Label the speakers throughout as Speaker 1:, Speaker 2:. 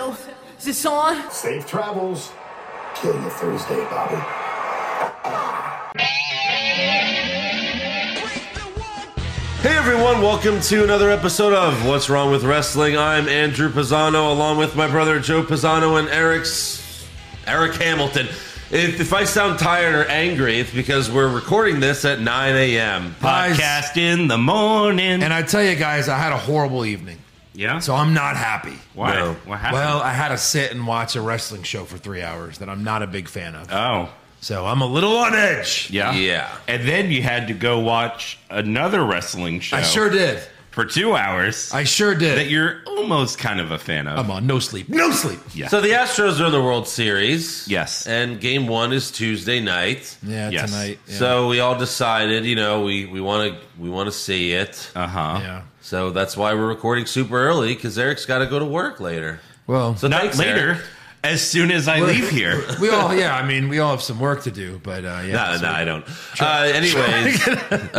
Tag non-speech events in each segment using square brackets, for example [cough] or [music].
Speaker 1: Oh, this on?
Speaker 2: Safe travels. Kill you Thursday, Bobby.
Speaker 3: Hey everyone, welcome to another episode of What's Wrong with Wrestling. I'm Andrew Pisano, along with my brother Joe Pisano and Eric's Eric Hamilton. If, if I sound tired or angry, it's because we're recording this at 9 a.m.
Speaker 4: Guys.
Speaker 3: Podcast in the morning.
Speaker 4: And I tell you guys, I had a horrible evening.
Speaker 5: Yeah.
Speaker 4: So I'm not happy.
Speaker 5: why?
Speaker 3: No.
Speaker 5: What happened?
Speaker 4: Well, I had to sit and watch a wrestling show for three hours that I'm not a big fan of.
Speaker 5: oh,
Speaker 4: So I'm a little on edge.
Speaker 5: yeah,
Speaker 3: Yeah.
Speaker 5: And then you had to go watch another wrestling show.
Speaker 4: I sure did.
Speaker 5: for two hours
Speaker 4: I sure
Speaker 5: that
Speaker 4: did.
Speaker 5: you're almost kind of a fan of.
Speaker 4: I'm on no sleep. No sleep.
Speaker 5: yeah.
Speaker 3: So the Astros are in the World Series.
Speaker 5: Yes.
Speaker 3: And game one is Tuesday night.
Speaker 4: Yeah,
Speaker 5: Yes.
Speaker 4: tonight. Yeah.
Speaker 3: So we all decided, you know, we we want to we want to see it.
Speaker 5: uh huh.
Speaker 4: yeah.
Speaker 3: So that's why we're recording super early because Eric's got to go to work later.
Speaker 4: Well,
Speaker 3: So
Speaker 5: Not
Speaker 3: thanks,
Speaker 5: later.
Speaker 3: Eric.
Speaker 5: As soon as I leave here.
Speaker 3: [laughs]
Speaker 4: we all, yeah, I mean, we all have some work to do, but uh, yeah.
Speaker 3: No,
Speaker 4: so-
Speaker 3: no, I don't. Uh, anyways, um,
Speaker 5: [laughs]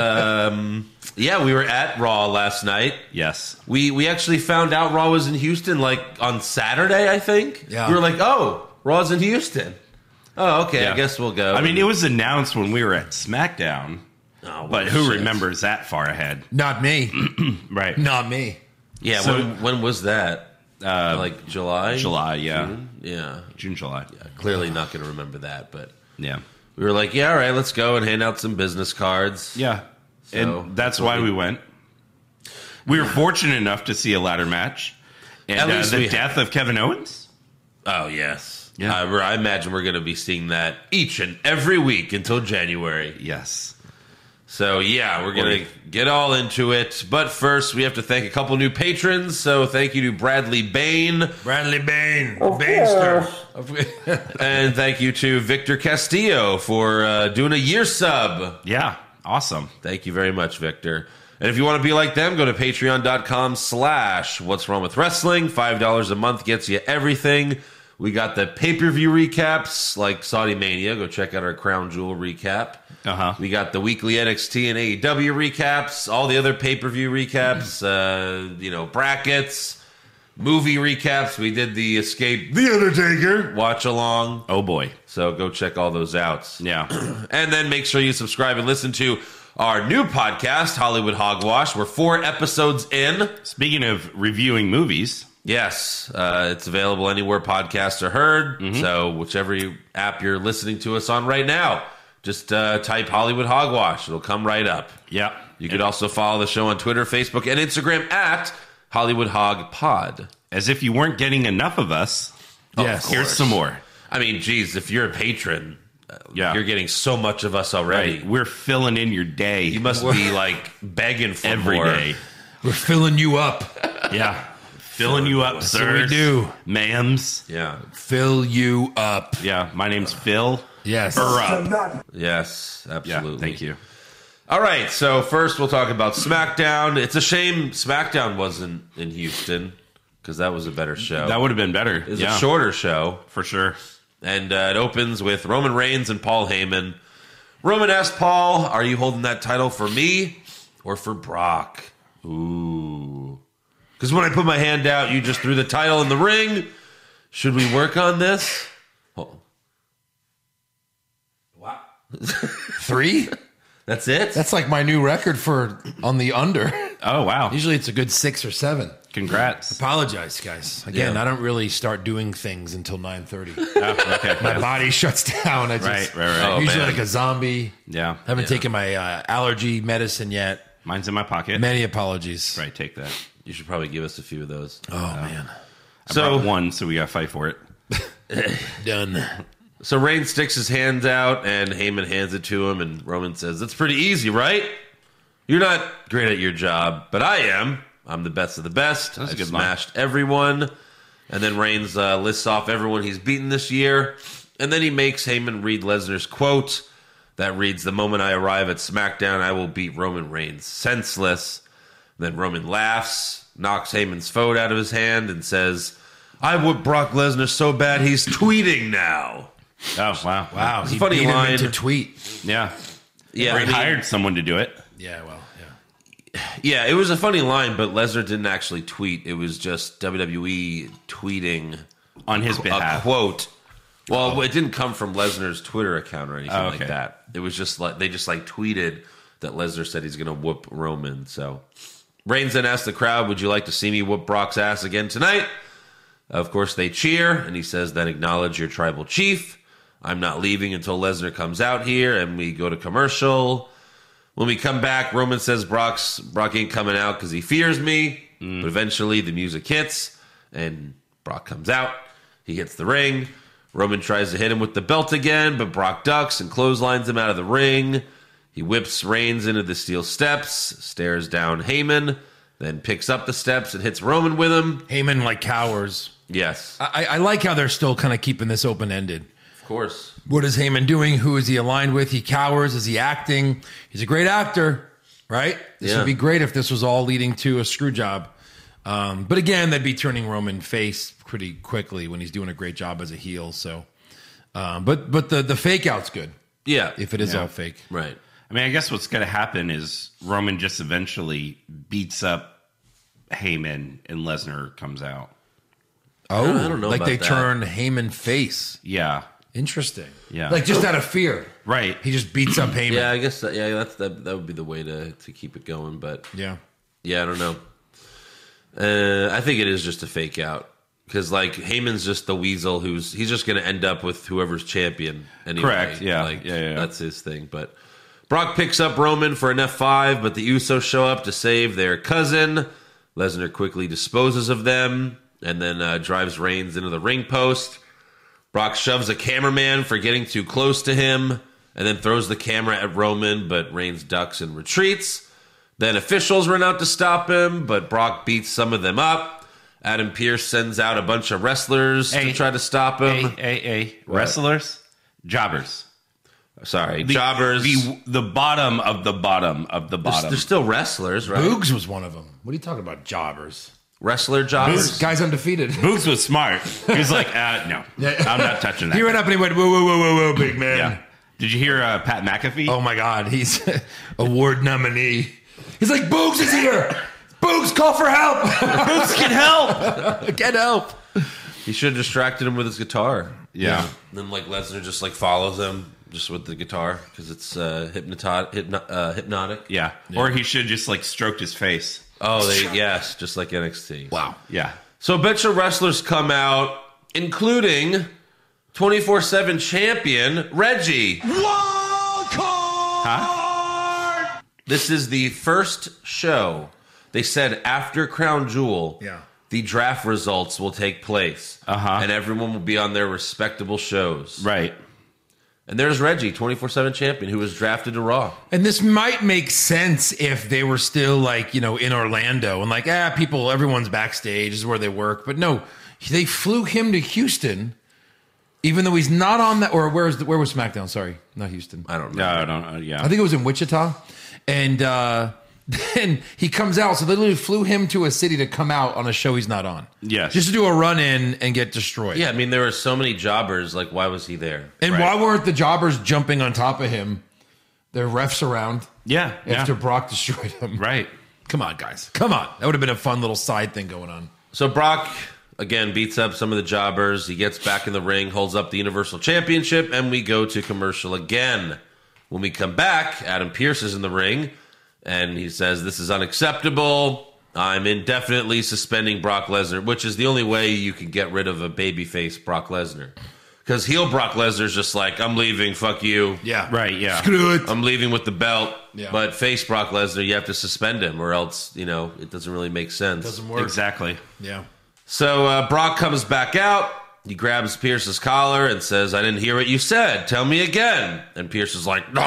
Speaker 3: yeah, we were at Raw last night.
Speaker 5: Yes.
Speaker 3: We we actually found out Raw was in Houston like on Saturday, I think.
Speaker 4: Yeah.
Speaker 3: We were like, oh, Raw's in Houston. Oh, okay.
Speaker 5: Yeah.
Speaker 3: I guess we'll go.
Speaker 5: I mean, it was announced when we were at SmackDown,
Speaker 3: Oh,
Speaker 5: but who
Speaker 3: shit.
Speaker 5: remembers that far ahead?
Speaker 4: Not me. [clears throat]
Speaker 5: Right.
Speaker 4: Not me.
Speaker 3: Yeah.
Speaker 5: So-
Speaker 3: when, when was that? Uh, like July.
Speaker 5: July. Yeah. June,
Speaker 3: Yeah.
Speaker 5: July.
Speaker 3: Uh, Clearly not going to remember that, but
Speaker 5: Yeah.
Speaker 3: we were like, yeah, all right, let's go and hand out some business cards.
Speaker 5: Yeah.
Speaker 3: So,
Speaker 5: and that's
Speaker 3: that's what
Speaker 5: why
Speaker 3: we-
Speaker 5: we went. We were fortunate enough to see a ladder match. And
Speaker 3: At
Speaker 5: uh,
Speaker 3: least
Speaker 5: the
Speaker 3: we had-
Speaker 5: death of Kevin Owens.
Speaker 3: Oh yes.
Speaker 5: Yeah.
Speaker 3: I, I imagine we're going to be seeing that each and every week until January.
Speaker 5: Yes.
Speaker 3: So yeah, we're gonna
Speaker 5: Word.
Speaker 3: get all into it. But first, we have to thank a couple new patrons. So thank you to Bradley Bain,
Speaker 4: Bradley Bain. Bainster.
Speaker 3: and thank you to Victor Castillo for uh, doing a year sub.
Speaker 5: Yeah. Awesome.
Speaker 3: Thank you very much, Victor. And if you want to be like them, go to patreon.com slash what's wrong with wrestling. $5 a month gets you everything. We got the pay-per-view recaps like Saudi Mania. Go check out our Crown Jewel recap.
Speaker 5: Uh-huh.
Speaker 3: We got the weekly NXT and AEW recaps, all the other pay-per-view recaps, uh, you know, brackets, movie recaps. We did the Escape
Speaker 4: The Undertaker.
Speaker 3: watch along.
Speaker 5: Oh boy.
Speaker 3: So go check all those out.
Speaker 5: Yeah. [clears throat]
Speaker 3: And then make sure you subscribe and listen to our new podcast, Hollywood Hogwash. We're four episodes in.
Speaker 5: Speaking of reviewing movies,
Speaker 3: Yes, uh, it's available anywhere podcasts are heard.
Speaker 5: Mm-hmm.
Speaker 3: So whichever you, app you're listening to us on right now, just uh, type Hollywood Hogwash. It'll come right up.
Speaker 5: yeah.
Speaker 3: You could also follow the show on Twitter, Facebook, and Instagram at Hollywood Hog Pod.
Speaker 5: As if you weren't getting enough [laughs] of us,
Speaker 4: Yes.
Speaker 5: here's some more.
Speaker 3: I mean, geez, if you're a patron, uh,
Speaker 5: Yeah.
Speaker 3: you're getting so much of us already.
Speaker 5: Right. We're filling in your day.
Speaker 3: You must
Speaker 5: [laughs]
Speaker 3: be like begging for
Speaker 5: every
Speaker 3: more. [laughs]
Speaker 5: day.
Speaker 4: We're filling you up.
Speaker 5: Yeah. filling you up,
Speaker 4: what
Speaker 5: sir.
Speaker 4: we do.
Speaker 5: Ma'ams.
Speaker 3: Yeah.
Speaker 4: Fill you up.
Speaker 5: Yeah. My name's Phil.
Speaker 4: Yes.
Speaker 5: Burra.
Speaker 3: Yes, absolutely.
Speaker 5: Yeah. Thank you.
Speaker 3: All right, so first we'll talk about SmackDown. It's a shame SmackDown wasn't in Houston because that was a better show.
Speaker 5: That would have been better.
Speaker 3: it was
Speaker 5: yeah.
Speaker 3: a shorter show,
Speaker 5: for sure.
Speaker 3: and uh, it opens with Roman Reigns and Paul Heyman. Roman asked Paul, "Are you holding that title for me or for Brock?" Ooh, because when I put my hand out, you just threw the title in the ring. Should we work on this? Oh,
Speaker 4: Three?
Speaker 3: that's it.
Speaker 4: That's like my new record for on the under. [laughs]
Speaker 5: Oh wow.
Speaker 4: Usually it's a good six or seven.
Speaker 3: [laughs]
Speaker 5: Congrats.
Speaker 4: Apologize, guys. Again,
Speaker 3: Yeah.
Speaker 4: I don't really start doing things until nine thirty.
Speaker 5: Yeah, Oh, okay.
Speaker 4: my body [laughs] shuts down. I just
Speaker 5: Right, right, right.
Speaker 3: Oh,
Speaker 4: usually
Speaker 3: man.
Speaker 4: like a zombie.
Speaker 5: Yeah.
Speaker 4: Haven't taken my uh, allergy medicine yet.
Speaker 5: Mine's in my pocket.
Speaker 4: Many apologies.
Speaker 5: Right, take that.
Speaker 3: you should probably give us a few of those.
Speaker 4: Oh man,
Speaker 5: I
Speaker 3: So-
Speaker 5: brought one, so we gotta fight for it.
Speaker 4: done.
Speaker 3: So Rain sticks his hand out, and Heyman hands it to him, and Roman says, "It's pretty easy, right? You're not great at your job, but I am. I'm the best of the best.
Speaker 5: That's a
Speaker 3: I've
Speaker 5: good line.
Speaker 3: smashed everyone." And then Reigns uh, lists off everyone he's beaten this year, and then he makes Heyman read Lesnar's quote that reads, "The moment I arrive at SmackDown, I will beat Roman Reigns senseless." Then Roman laughs, knocks Heyman's phone out of his hand, and says, "I whipped Brock Lesnar so bad he's tweeting now."
Speaker 5: Oh wow.
Speaker 4: Wow, he
Speaker 3: funny
Speaker 4: beat him
Speaker 3: line.
Speaker 4: into tweet.
Speaker 5: Yeah.
Speaker 3: Yeah,
Speaker 5: or
Speaker 3: I
Speaker 5: he
Speaker 3: mean-
Speaker 5: hired someone to do it.
Speaker 4: Yeah, well, yeah.
Speaker 3: yeah, it was a funny line, but Lesnar didn't actually tweet. It was just WWE E tweeting
Speaker 5: on his
Speaker 3: a
Speaker 5: behalf.
Speaker 3: quote. Well, it didn't come from Lesnar's Twitter account or anything
Speaker 5: Oh, okay.
Speaker 3: like that. It was just like they just like tweeted that Lesnar said he's going to whoop Roman. So Reigns then asked the crowd, "Would you like to see me whoop Brock's ass again tonight?" Of course, they cheer, and he says, "Then acknowledge your tribal chief." I'm not leaving until Lesnar comes out here, and we go to commercial. When we come back, Roman says Brock's Brock ain't coming out because he fears me.
Speaker 5: Mm.
Speaker 3: But eventually, the music hits, and Brock comes out. He hits the ring. Roman tries to hit him with the belt again, but Brock ducks and clotheslines him out of the ring. He whips Reigns into the steel steps, stares down Heyman, then picks up the steps and hits Roman with him.
Speaker 4: Heyman like cowers.
Speaker 3: Yes,
Speaker 4: I, I like how they're still kind of keeping this open ended.
Speaker 3: of course.
Speaker 4: What is Heyman doing? Who is he aligned with? He cowers. Is he acting? He's a great actor, right? This
Speaker 3: Yeah.
Speaker 4: would be great if this was all leading to a screw job. Um, but again, they'd be turning Roman face pretty quickly when he's doing a great job as a heel. So, um, but but the the fake out's good
Speaker 3: Yeah.
Speaker 4: if it is
Speaker 5: Yeah.
Speaker 4: all fake.
Speaker 3: right.
Speaker 5: I mean, I guess what's going to happen is Roman just eventually beats up Heyman and Lesnar comes out.
Speaker 4: Oh,
Speaker 3: I don't know
Speaker 4: Like
Speaker 3: about
Speaker 4: they
Speaker 3: that.
Speaker 4: turn Heyman face.
Speaker 5: Yeah.
Speaker 4: Interesting.
Speaker 5: Yeah.
Speaker 4: Like just out of fear,
Speaker 5: Right.
Speaker 4: he just beats up Heyman.
Speaker 3: Yeah, I guess that, yeah, that's that, that would be the way to to keep it going, but
Speaker 4: yeah.
Speaker 3: Yeah, I don't know. Uh, I think it is just a fake out because like Heyman's just the weasel who's he's just going to end up with whoever's champion. Anyway.
Speaker 5: Correct, yeah,
Speaker 3: like
Speaker 5: yeah, yeah.
Speaker 3: that's his thing. But Brock picks up Roman for an F five, but the Usos show up to save their cousin. Lesnar quickly disposes of them and then uh, drives Reigns into the ring post. Brock shoves a cameraman for getting too close to him and then throws the camera at Roman, but Reigns ducks and retreats. Then officials run out to stop him, but Brock beats some of them up. Adam Pierce sends out a bunch of wrestlers
Speaker 5: Hey.
Speaker 3: to try to stop
Speaker 5: Hey,
Speaker 3: him.
Speaker 5: hey, hey. Wrestlers, jobbers.
Speaker 3: Sorry,
Speaker 5: The-
Speaker 3: jobbers.
Speaker 5: The, the bottom of the bottom of the bottom.
Speaker 3: They're still wrestlers, right?
Speaker 4: Boogs was one of them. What are you talking about, jobbers?
Speaker 3: Wrestler
Speaker 4: This
Speaker 3: jobbers.
Speaker 4: guy's undefeated.
Speaker 5: Boogs was smart. He was like, uh,
Speaker 3: [laughs]
Speaker 5: no, I'm not
Speaker 4: [laughs]
Speaker 5: touching that.
Speaker 4: He ran up and he went, whoa, whoa, whoa, whoa, whoa, big man.
Speaker 5: yeah. Did you hear uh, Pat McAfee?
Speaker 4: Oh my God, he's [laughs] award nominee. He's like, Boogs is here. Boogs, call for help. [laughs]
Speaker 5: Boogs can help.
Speaker 4: Get help.
Speaker 3: He should have distracted him with his guitar.
Speaker 5: [laughs] Yeah.
Speaker 3: Then like Lesnar just like follows him just with the guitar because it's uh, hypnoti- hypno- uh, hypnotic.
Speaker 5: yeah. Or he should just like stroked his face.
Speaker 3: Oh, they, yes, just like NXT.
Speaker 4: Wow.
Speaker 5: Yeah.
Speaker 3: So a bunch of wrestlers come out, including 24 7 champion Reggie. This is the first show. They said after Crown Jewel,
Speaker 4: Yeah.
Speaker 3: the draft results will take place.
Speaker 5: Uh-huh.
Speaker 3: And everyone will be on their respectable shows.
Speaker 5: Right.
Speaker 3: And there's Reggie, 24 7 champion, who was drafted to Raw.
Speaker 4: And this might make sense if they were still like, you know, in Orlando and like, ah, people, everyone's backstage is where they work. But no, they flew him to Houston, even though he's not on that. Or where's the, where was SmackDown? Sorry, not Houston.
Speaker 3: I don't know.
Speaker 5: No, I don't know. Yeah.
Speaker 4: I think it was in Wichita. And uh, [laughs] then he comes out. So they literally flew him to a city to come out on a show he's not on.
Speaker 5: Yes.
Speaker 4: Just to do a run in and get destroyed.
Speaker 3: Yeah, I mean, there were so many jobbers. Like, why was he there?
Speaker 4: And
Speaker 5: Right.
Speaker 4: why weren't the jobbers jumping on top of him? There are refs around
Speaker 5: yeah. Yeah.
Speaker 4: after Brock destroyed him.
Speaker 5: right.
Speaker 4: Come on, guys. Come on. That would have been a fun little side thing going on.
Speaker 3: So Brock again beats up some of the jobbers. He gets back in the ring, holds up the Universal Championship, and we go to commercial again. When we come back, Adam Pierce is in the ring, and he says, "This is unacceptable. I'm indefinitely suspending Brock Lesnar," which is the only way you can get rid of a babyface Brock Lesnar, because heel Brock Lesnar's just like, "I'm leaving. Fuck you.
Speaker 4: Yeah.
Speaker 5: Right. Yeah. Oh.
Speaker 4: Screw it.
Speaker 3: I'm leaving with the belt."
Speaker 4: Yeah.
Speaker 3: But face Brock Lesnar, you have to suspend him, or else you know it doesn't really make sense.
Speaker 4: Doesn't work.
Speaker 5: Exactly.
Speaker 4: Yeah.
Speaker 3: So uh, Brock comes back out. He grabs Pierce's collar and says, I didn't hear what you said. Tell me again. And Pierce is like, [laughs] No,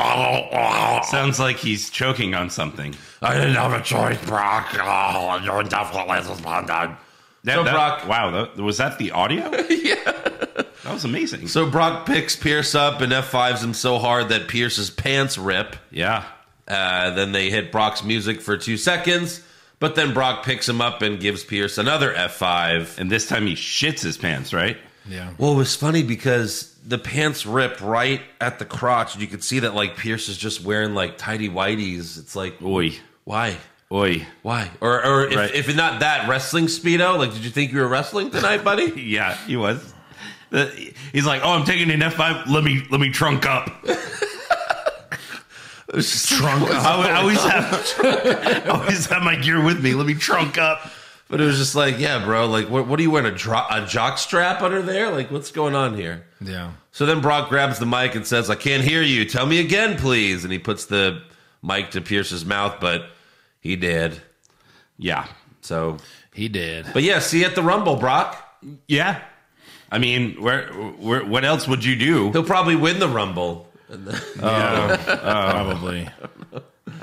Speaker 3: I
Speaker 5: Sounds like he's choking on something.
Speaker 3: didn't have a choice, Brock. Oh, you're definitely suspended. So Brock-
Speaker 5: Wow. That, was that the
Speaker 3: [laughs]
Speaker 5: audio? yeah. That was amazing.
Speaker 3: So Brock picks Pierce up and F5s him so hard that Pierce's pants rip.
Speaker 5: yeah.
Speaker 3: Uh, then they hit Brock's music for two seconds, but then Brock picks him up and gives Pierce another F5.
Speaker 5: And this time he shits his pants, right?
Speaker 4: Yeah.
Speaker 3: Well, it was funny because the pants rip right at the crotch, and you could see that like Pierce is just wearing like tidy whities. It's like,
Speaker 5: Boy.
Speaker 3: why?
Speaker 5: Oi.
Speaker 3: Why? Or, or if,
Speaker 5: Right.
Speaker 3: if not that wrestling speedo, like, did you think you were wrestling tonight,
Speaker 5: [laughs]
Speaker 3: buddy?
Speaker 5: Yeah, he was. The- He's like, oh, I'm taking an F5. Let me let me
Speaker 4: [laughs]
Speaker 5: trunk up.
Speaker 4: Trunk up.
Speaker 5: I, would- I always have [laughs] I always have my gear with me. Let me trunk up.
Speaker 3: But it was just like, yeah, bro. Like, what? What do you wearing a, dro- a jock strap under there? Like, what's going on here?
Speaker 4: Yeah.
Speaker 3: So then Brock grabs the mic and says, I can't hear you. Tell me again, please. And he puts the mic to Pierce's mouth, but he did.
Speaker 5: Yeah,
Speaker 3: So,
Speaker 4: He did.
Speaker 3: but yeah, see you at the Rumble, Brock.
Speaker 5: yeah. I mean, where, where what else would you do? Um,
Speaker 3: He'll probably win the Rumble.
Speaker 4: Probably.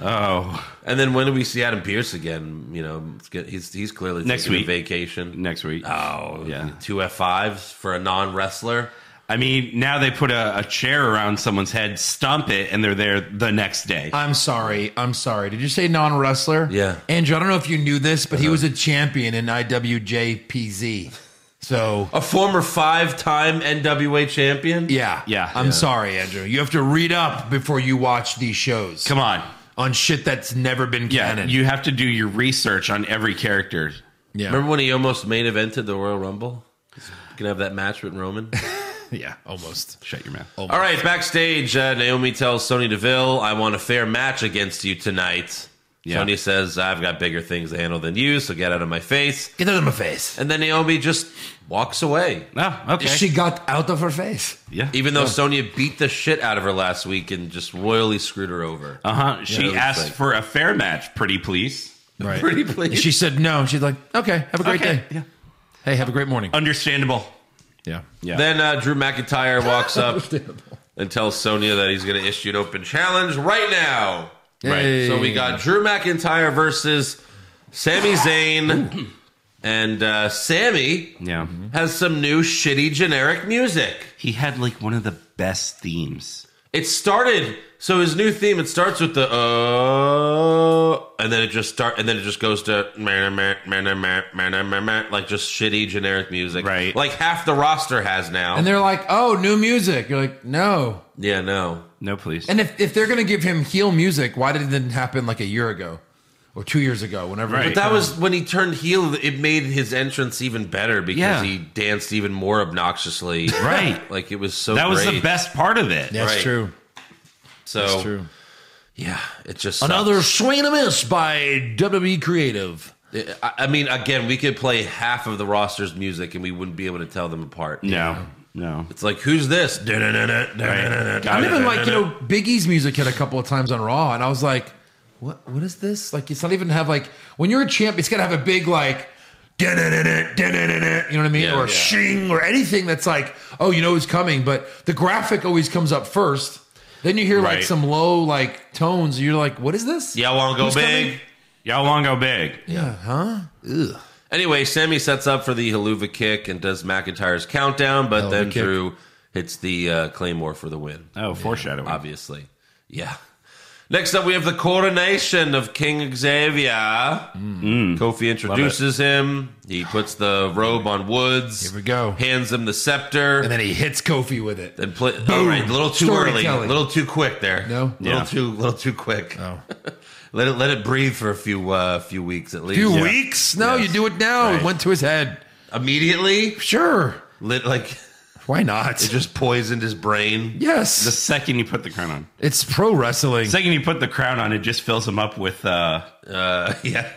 Speaker 5: Oh,
Speaker 3: And then when do we see Adam Pierce again? You know, it's get- he's he's clearly
Speaker 5: Next
Speaker 3: taking a
Speaker 5: week.
Speaker 3: vacation.
Speaker 5: next week.
Speaker 3: Oh,
Speaker 5: Yeah.
Speaker 3: Two F5s for a non wrestler.
Speaker 5: I mean, now they put a, a chair around someone's head, stomp it, and they're there the next day.
Speaker 4: I'm sorry. I'm sorry. Did you say non wrestler?
Speaker 3: Yeah.
Speaker 4: Andrew, I don't know if you knew this, but he was a champion in IWJPZ. So,
Speaker 3: A former five time NWA champion.
Speaker 4: yeah.
Speaker 5: Yeah.
Speaker 4: I'm
Speaker 5: Yeah.
Speaker 4: sorry, Andrew. You have to read up before you watch these shows
Speaker 5: Come on,
Speaker 4: on shit that's never been
Speaker 5: yeah.
Speaker 4: canon.
Speaker 5: You have to do your research on every character.
Speaker 4: yeah.
Speaker 3: Remember when he almost main evented the Royal Rumble? He's gonna have that match with
Speaker 5: [laughs]
Speaker 3: Roman.
Speaker 4: yeah. Almost.
Speaker 5: Shut your mouth.
Speaker 3: All right, backstage, uh, Naomi tells Sonya Deville, I want a fair match against you tonight.
Speaker 5: Yeah.
Speaker 3: Sonya says, I've got bigger things to handle than you, so get out of my face.
Speaker 4: Get out of my face.
Speaker 3: And then Naomi just walks away,
Speaker 5: Oh, okay.
Speaker 4: She got out of her face.
Speaker 5: yeah.
Speaker 3: even though Sonya beat the shit out of her last week and just royally screwed her over.
Speaker 5: Uh huh. She
Speaker 3: it was
Speaker 5: asked
Speaker 3: like-
Speaker 5: for a fair match. Pretty please.
Speaker 4: [laughs] Right.
Speaker 3: Pretty
Speaker 4: And
Speaker 3: please.
Speaker 4: she said no. She's like, okay, have a great
Speaker 5: Okay,
Speaker 4: day. Uh,
Speaker 5: Yeah.
Speaker 4: Hey, have a great morning.
Speaker 5: Understandable.
Speaker 4: Yeah.
Speaker 5: Yeah.
Speaker 3: Then uh, Drew McIntyre walks
Speaker 5: [laughs]
Speaker 3: up and tells Sonya that he's going to issue an open challenge right now.
Speaker 4: Hey.
Speaker 3: So we got Drew McIntyre versus Sami
Speaker 5: [clears throat]
Speaker 3: Zayn. And uh, Sammy
Speaker 5: yeah.
Speaker 3: has some new shitty generic music.
Speaker 5: He had like one of the best themes.
Speaker 3: It started so his new theme. It starts with the uh, and then it just start, and then it just goes to meh, meh, meh, meh, meh, meh, meh, meh, like just shitty generic music.
Speaker 5: Right.
Speaker 3: like half the roster has now.
Speaker 4: And they're like, oh, new music. You're like, no.
Speaker 3: yeah, no,
Speaker 5: No, please.
Speaker 4: And if, if they're going to give him heel music, why didn't it happen like a year ago or two years ago? Whenever.
Speaker 5: Right.
Speaker 3: but that was when he turned heel. It made his entrance even better because
Speaker 5: Yeah.
Speaker 3: he danced even more obnoxiously.
Speaker 5: [laughs] right.
Speaker 3: like it was so.
Speaker 5: that was the
Speaker 3: great.
Speaker 5: best part of it.
Speaker 4: That's
Speaker 3: Right.
Speaker 4: true.
Speaker 3: So
Speaker 4: That's true.
Speaker 3: yeah, it just sucked.
Speaker 4: Another swing and a miss by WWE Creative.
Speaker 3: I I mean, again, we could play half of the roster's music and we wouldn't be able to tell them apart.
Speaker 5: No. No.
Speaker 3: It's like, who's this?
Speaker 4: I remember, like, you know, Biggie's music hit a couple of times on Raw, and I was like, what What is this? Like, it's not even have, like, when you're a champ, it's got to have a big, like, "Dun-dun-dun-dun, dun-dun-dun-dun," you know what I mean?
Speaker 3: Yeah.
Speaker 4: or
Speaker 3: Yeah.
Speaker 4: shing, or anything that's like, oh, you know who's coming. But the graphic always comes up first. Then you hear, like,
Speaker 5: Right.
Speaker 4: some low, like, tones, and you're like, what is this?
Speaker 3: Y'all want to go
Speaker 4: Who's
Speaker 3: big?
Speaker 4: coming?
Speaker 5: Y'all want to go big?
Speaker 4: Yeah, huh?
Speaker 3: Anyway, Sammy sets up for the Haluva kick and does McIntyre's countdown, but
Speaker 4: Haluva
Speaker 3: then
Speaker 4: kick.
Speaker 3: Drew hits the uh, Claymore for the win,
Speaker 5: Oh, foreshadowing.
Speaker 3: obviously. Yeah. Next up, we have the coronation of King Xavier.
Speaker 4: Mm.
Speaker 3: Kofi introduces him. He puts the robe on Woods.
Speaker 4: Here we go.
Speaker 3: Hands him the scepter.
Speaker 4: And then he hits Kofi with it.
Speaker 3: And play, all right, a little too early, a
Speaker 4: Storytelling.
Speaker 3: little too quick there.
Speaker 4: No?
Speaker 3: a little
Speaker 5: Yeah.
Speaker 3: too, little too quick.
Speaker 4: Oh.
Speaker 3: let it, let it breathe for a few, uh, few weeks at least.
Speaker 4: Few
Speaker 3: Yeah.
Speaker 4: weeks? No,
Speaker 3: Yes.
Speaker 4: you do it now.
Speaker 3: Right.
Speaker 4: It went to his head.
Speaker 3: Immediately,
Speaker 4: Sure.
Speaker 3: lit like [laughs]
Speaker 4: Why not?
Speaker 3: it just poisoned his brain.
Speaker 5: The
Speaker 4: yes.
Speaker 5: second you put the crown on,
Speaker 4: It's pro wrestling.
Speaker 5: the second you put the crown on, it just fills him up with. uh
Speaker 3: Uh, [laughs] yeah.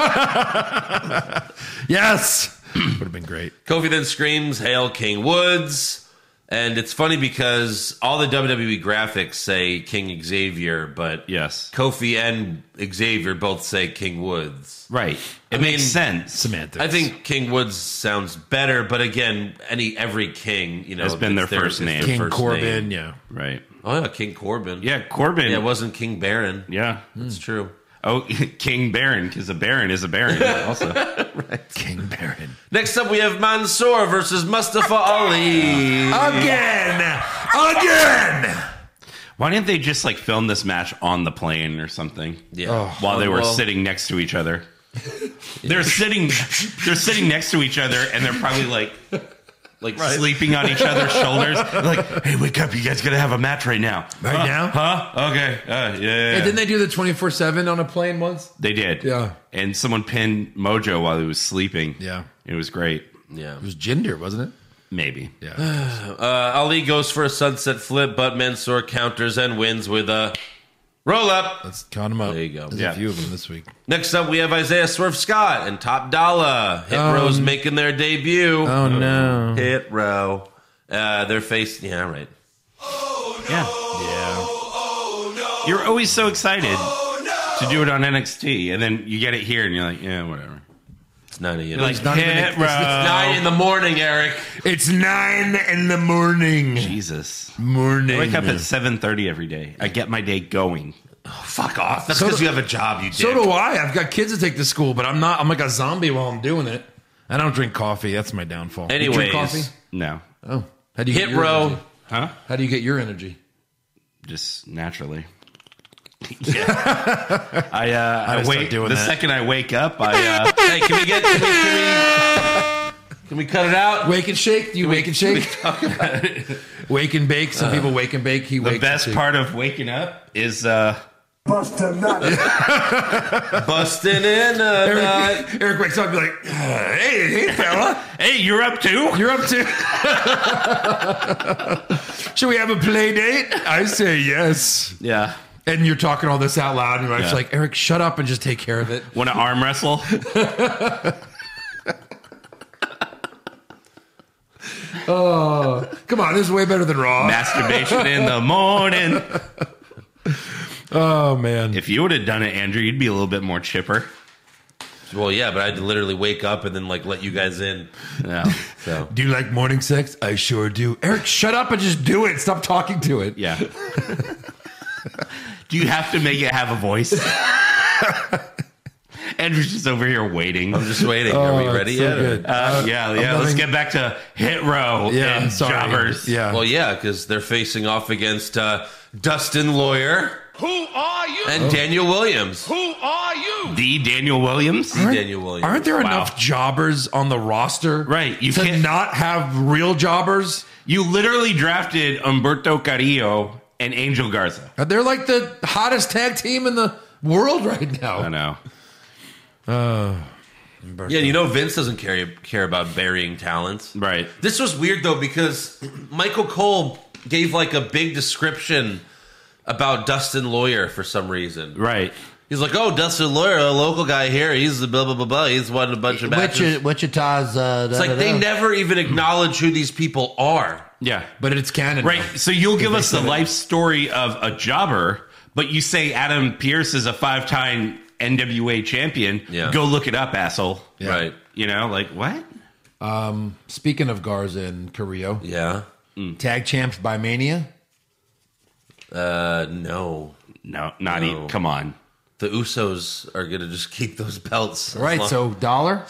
Speaker 4: [clears throat] Yes. Would have been great.
Speaker 3: Kofi then screams, "Hail King Woods!" And it's funny because all the WWE graphics say King Xavier, but
Speaker 5: Yes.
Speaker 3: Kofi and Xavier both say King Woods.
Speaker 5: Right.
Speaker 3: I
Speaker 5: It
Speaker 3: mean-
Speaker 5: makes sense.
Speaker 4: Semantics.
Speaker 3: I think King Woods sounds better, but again, any every king, you know,
Speaker 5: Has been
Speaker 3: it's
Speaker 5: their first
Speaker 3: it's
Speaker 5: name.
Speaker 4: King
Speaker 3: first
Speaker 4: Corbin.
Speaker 3: name.
Speaker 4: Yeah.
Speaker 5: Right.
Speaker 3: Oh yeah, King Corbin.
Speaker 5: Yeah, Corbin.
Speaker 3: yeah, it wasn't King Baron.
Speaker 4: Mm.
Speaker 5: Yeah.
Speaker 3: It's true.
Speaker 5: Oh, [laughs] King Baron, because a baron is
Speaker 3: [laughs]
Speaker 5: a baron. Also,
Speaker 4: King Baron.
Speaker 3: Next up, we have Mansoor versus Mustafa Ali.
Speaker 4: Again. Again.
Speaker 5: why didn't they just like film this match on the plane or something?
Speaker 3: Yeah.
Speaker 4: Oh,
Speaker 5: while they were
Speaker 3: Well,
Speaker 5: sitting next to
Speaker 4: [laughs]
Speaker 5: each other. They're sitting they're sitting next to each other and they're probably like
Speaker 3: Like
Speaker 5: sleeping on each
Speaker 4: [laughs]
Speaker 5: other's shoulders. Like, hey, wake up! You guys gotta have a match right now.
Speaker 4: Right
Speaker 5: Huh?
Speaker 4: now?
Speaker 5: Huh? Okay. Uh, yeah. yeah,
Speaker 4: Yeah,
Speaker 5: yeah.
Speaker 4: didn't they do the twenty four seven on a plane once?
Speaker 5: They did.
Speaker 4: Yeah.
Speaker 5: And someone pinned Mojo while he was sleeping.
Speaker 4: Yeah.
Speaker 5: It was great.
Speaker 3: Yeah.
Speaker 4: It was gender, wasn't
Speaker 5: Maybe.
Speaker 4: it? Yeah.
Speaker 3: Uh, Ali goes for a sunset flip, but Mansoor counters and wins with a roll up.
Speaker 4: Let's count them up.
Speaker 3: There you go.
Speaker 4: There's
Speaker 5: Yeah.
Speaker 4: a few of them this week.
Speaker 3: Next up, we have Isaiah Swerve Scott and Top Dollar. Hit
Speaker 4: Um,
Speaker 3: Row's making their debut.
Speaker 4: Oh no.
Speaker 3: Hit Row. Uh, their face. Yeah, right.
Speaker 5: Yeah.
Speaker 4: Yeah.
Speaker 5: You're always so excited to do it on NXT, and then you get it here, and you're like, yeah, whatever.
Speaker 3: It's 9 a.m.
Speaker 5: You're like, [laughs]
Speaker 4: not even-
Speaker 5: "Hit
Speaker 4: it's- it's
Speaker 5: row."
Speaker 3: Nine in the morning, Eric.
Speaker 4: It's nine in the morning.
Speaker 5: Jesus.
Speaker 4: Morning.
Speaker 5: I wake up at 7.30 every day. I get my day going.
Speaker 3: Fuck off. That's
Speaker 4: So
Speaker 3: because
Speaker 4: do-
Speaker 3: you have a job, you dick.
Speaker 4: So do I. I've got kids to take to school, but I'm not. I'm like a zombie while I'm doing it. I don't drink coffee. That's my downfall. You drink
Speaker 3: Anyways.
Speaker 4: coffee?
Speaker 5: No.
Speaker 4: Oh, how do you
Speaker 3: Hit
Speaker 4: get your
Speaker 3: Row.
Speaker 4: energy?
Speaker 5: Huh?
Speaker 4: How do you get your energy? [laughs]
Speaker 5: Just naturally. yeah. I, uh, I,
Speaker 4: gotta start
Speaker 5: wake,
Speaker 4: doing
Speaker 5: the
Speaker 4: that.
Speaker 5: second I wake up, I,
Speaker 4: [laughs]
Speaker 5: uh,
Speaker 3: Hey, can we get. Can we, can we, can we cut it out?
Speaker 4: Wake and shake. Do you wake and shake? wake and bake. Some people wake and bake. He
Speaker 5: Uh, the
Speaker 4: wakes.
Speaker 5: best
Speaker 4: and shake.
Speaker 5: part of waking up is, uh,
Speaker 2: Bust a nut.
Speaker 3: Busting in a nut.
Speaker 4: Eric, Eric wakes up and be like, "Uh, "Hey, hey, fella,
Speaker 5: hey, you're up too?
Speaker 4: you're up to? [laughs] Should we have a play date?" I say yes.
Speaker 5: Yeah.
Speaker 4: And you're talking all this out loud, and your wife's
Speaker 5: Yeah.
Speaker 4: like, "Eric, shut up and just take care of it."
Speaker 5: Want to arm wrestle? [laughs]
Speaker 4: Come on, this is way better than Raw.
Speaker 5: Masturbation in the morning.
Speaker 4: Oh man.
Speaker 5: If you would have done it, Andrew, you'd be a little bit more chipper.
Speaker 3: Well, yeah, but I had to literally wake up and then like let you guys in.
Speaker 5: Yeah.
Speaker 3: So
Speaker 4: do you like morning sex? I sure do. Eric, shut up and just do it. Stop talking to it.
Speaker 5: [laughs] Yeah. Do you have to make it have a voice? [laughs] Andrew's just over here waiting.
Speaker 3: I'm just waiting. Are we
Speaker 4: Oh,
Speaker 3: ready
Speaker 4: it's so
Speaker 3: yet? or-
Speaker 4: good.
Speaker 5: Uh, yeah, yeah. Let's
Speaker 4: loving-
Speaker 5: get back to hit row
Speaker 4: Yeah,
Speaker 5: and
Speaker 4: sorry.
Speaker 5: jobbers.
Speaker 4: Yeah.
Speaker 3: Well, yeah, because they're facing off against uh, Dustin Lawyer
Speaker 1: Who are you?
Speaker 3: and Daniel Williams.
Speaker 1: Who are you?
Speaker 5: The Daniel Williams.
Speaker 4: Aren't-
Speaker 3: Daniel Williams.
Speaker 4: Aren't there
Speaker 5: Wow.
Speaker 4: enough jobbers on the roster?
Speaker 5: Right, you
Speaker 4: to
Speaker 5: can't-
Speaker 4: not have real jobbers.
Speaker 5: You literally drafted Umberto Carrillo and Angel Garza.
Speaker 4: Uh, They're like the hottest tag team in the world right
Speaker 5: I
Speaker 4: now.
Speaker 5: know.
Speaker 3: Yeah, and you know Vince doesn't care care about burying talents.
Speaker 5: Right.
Speaker 3: This was weird though because Michael Cole gave like a big description about Dustin Lawyer for some reason.
Speaker 5: Right.
Speaker 3: He's like, "Oh, Dustin Lawyer, a local guy here. He's the blah blah blah blah. He's won a bunch of matches."
Speaker 4: Wichita's. Uh,
Speaker 3: it's like they never even acknowledge who these people are.
Speaker 5: Yeah.
Speaker 4: But it's canon.
Speaker 5: Right.
Speaker 4: now.
Speaker 5: So you'll give us the life story of a jobber, but you say Adam Pierce is a five time NWA champion.
Speaker 3: Yeah.
Speaker 5: Go look it up, asshole.
Speaker 4: Yeah.
Speaker 3: Right?
Speaker 5: You know, like what?
Speaker 4: Speaking of Garza and Carrillo,
Speaker 3: Yeah.
Speaker 5: Mm.
Speaker 4: tag champs by Mania.
Speaker 3: Uh, no.
Speaker 5: No, not
Speaker 3: No.
Speaker 5: e- come on.
Speaker 3: The Usos are gonna just [laughs] keep those belts. as
Speaker 4: Right.
Speaker 3: long-
Speaker 4: So dollar.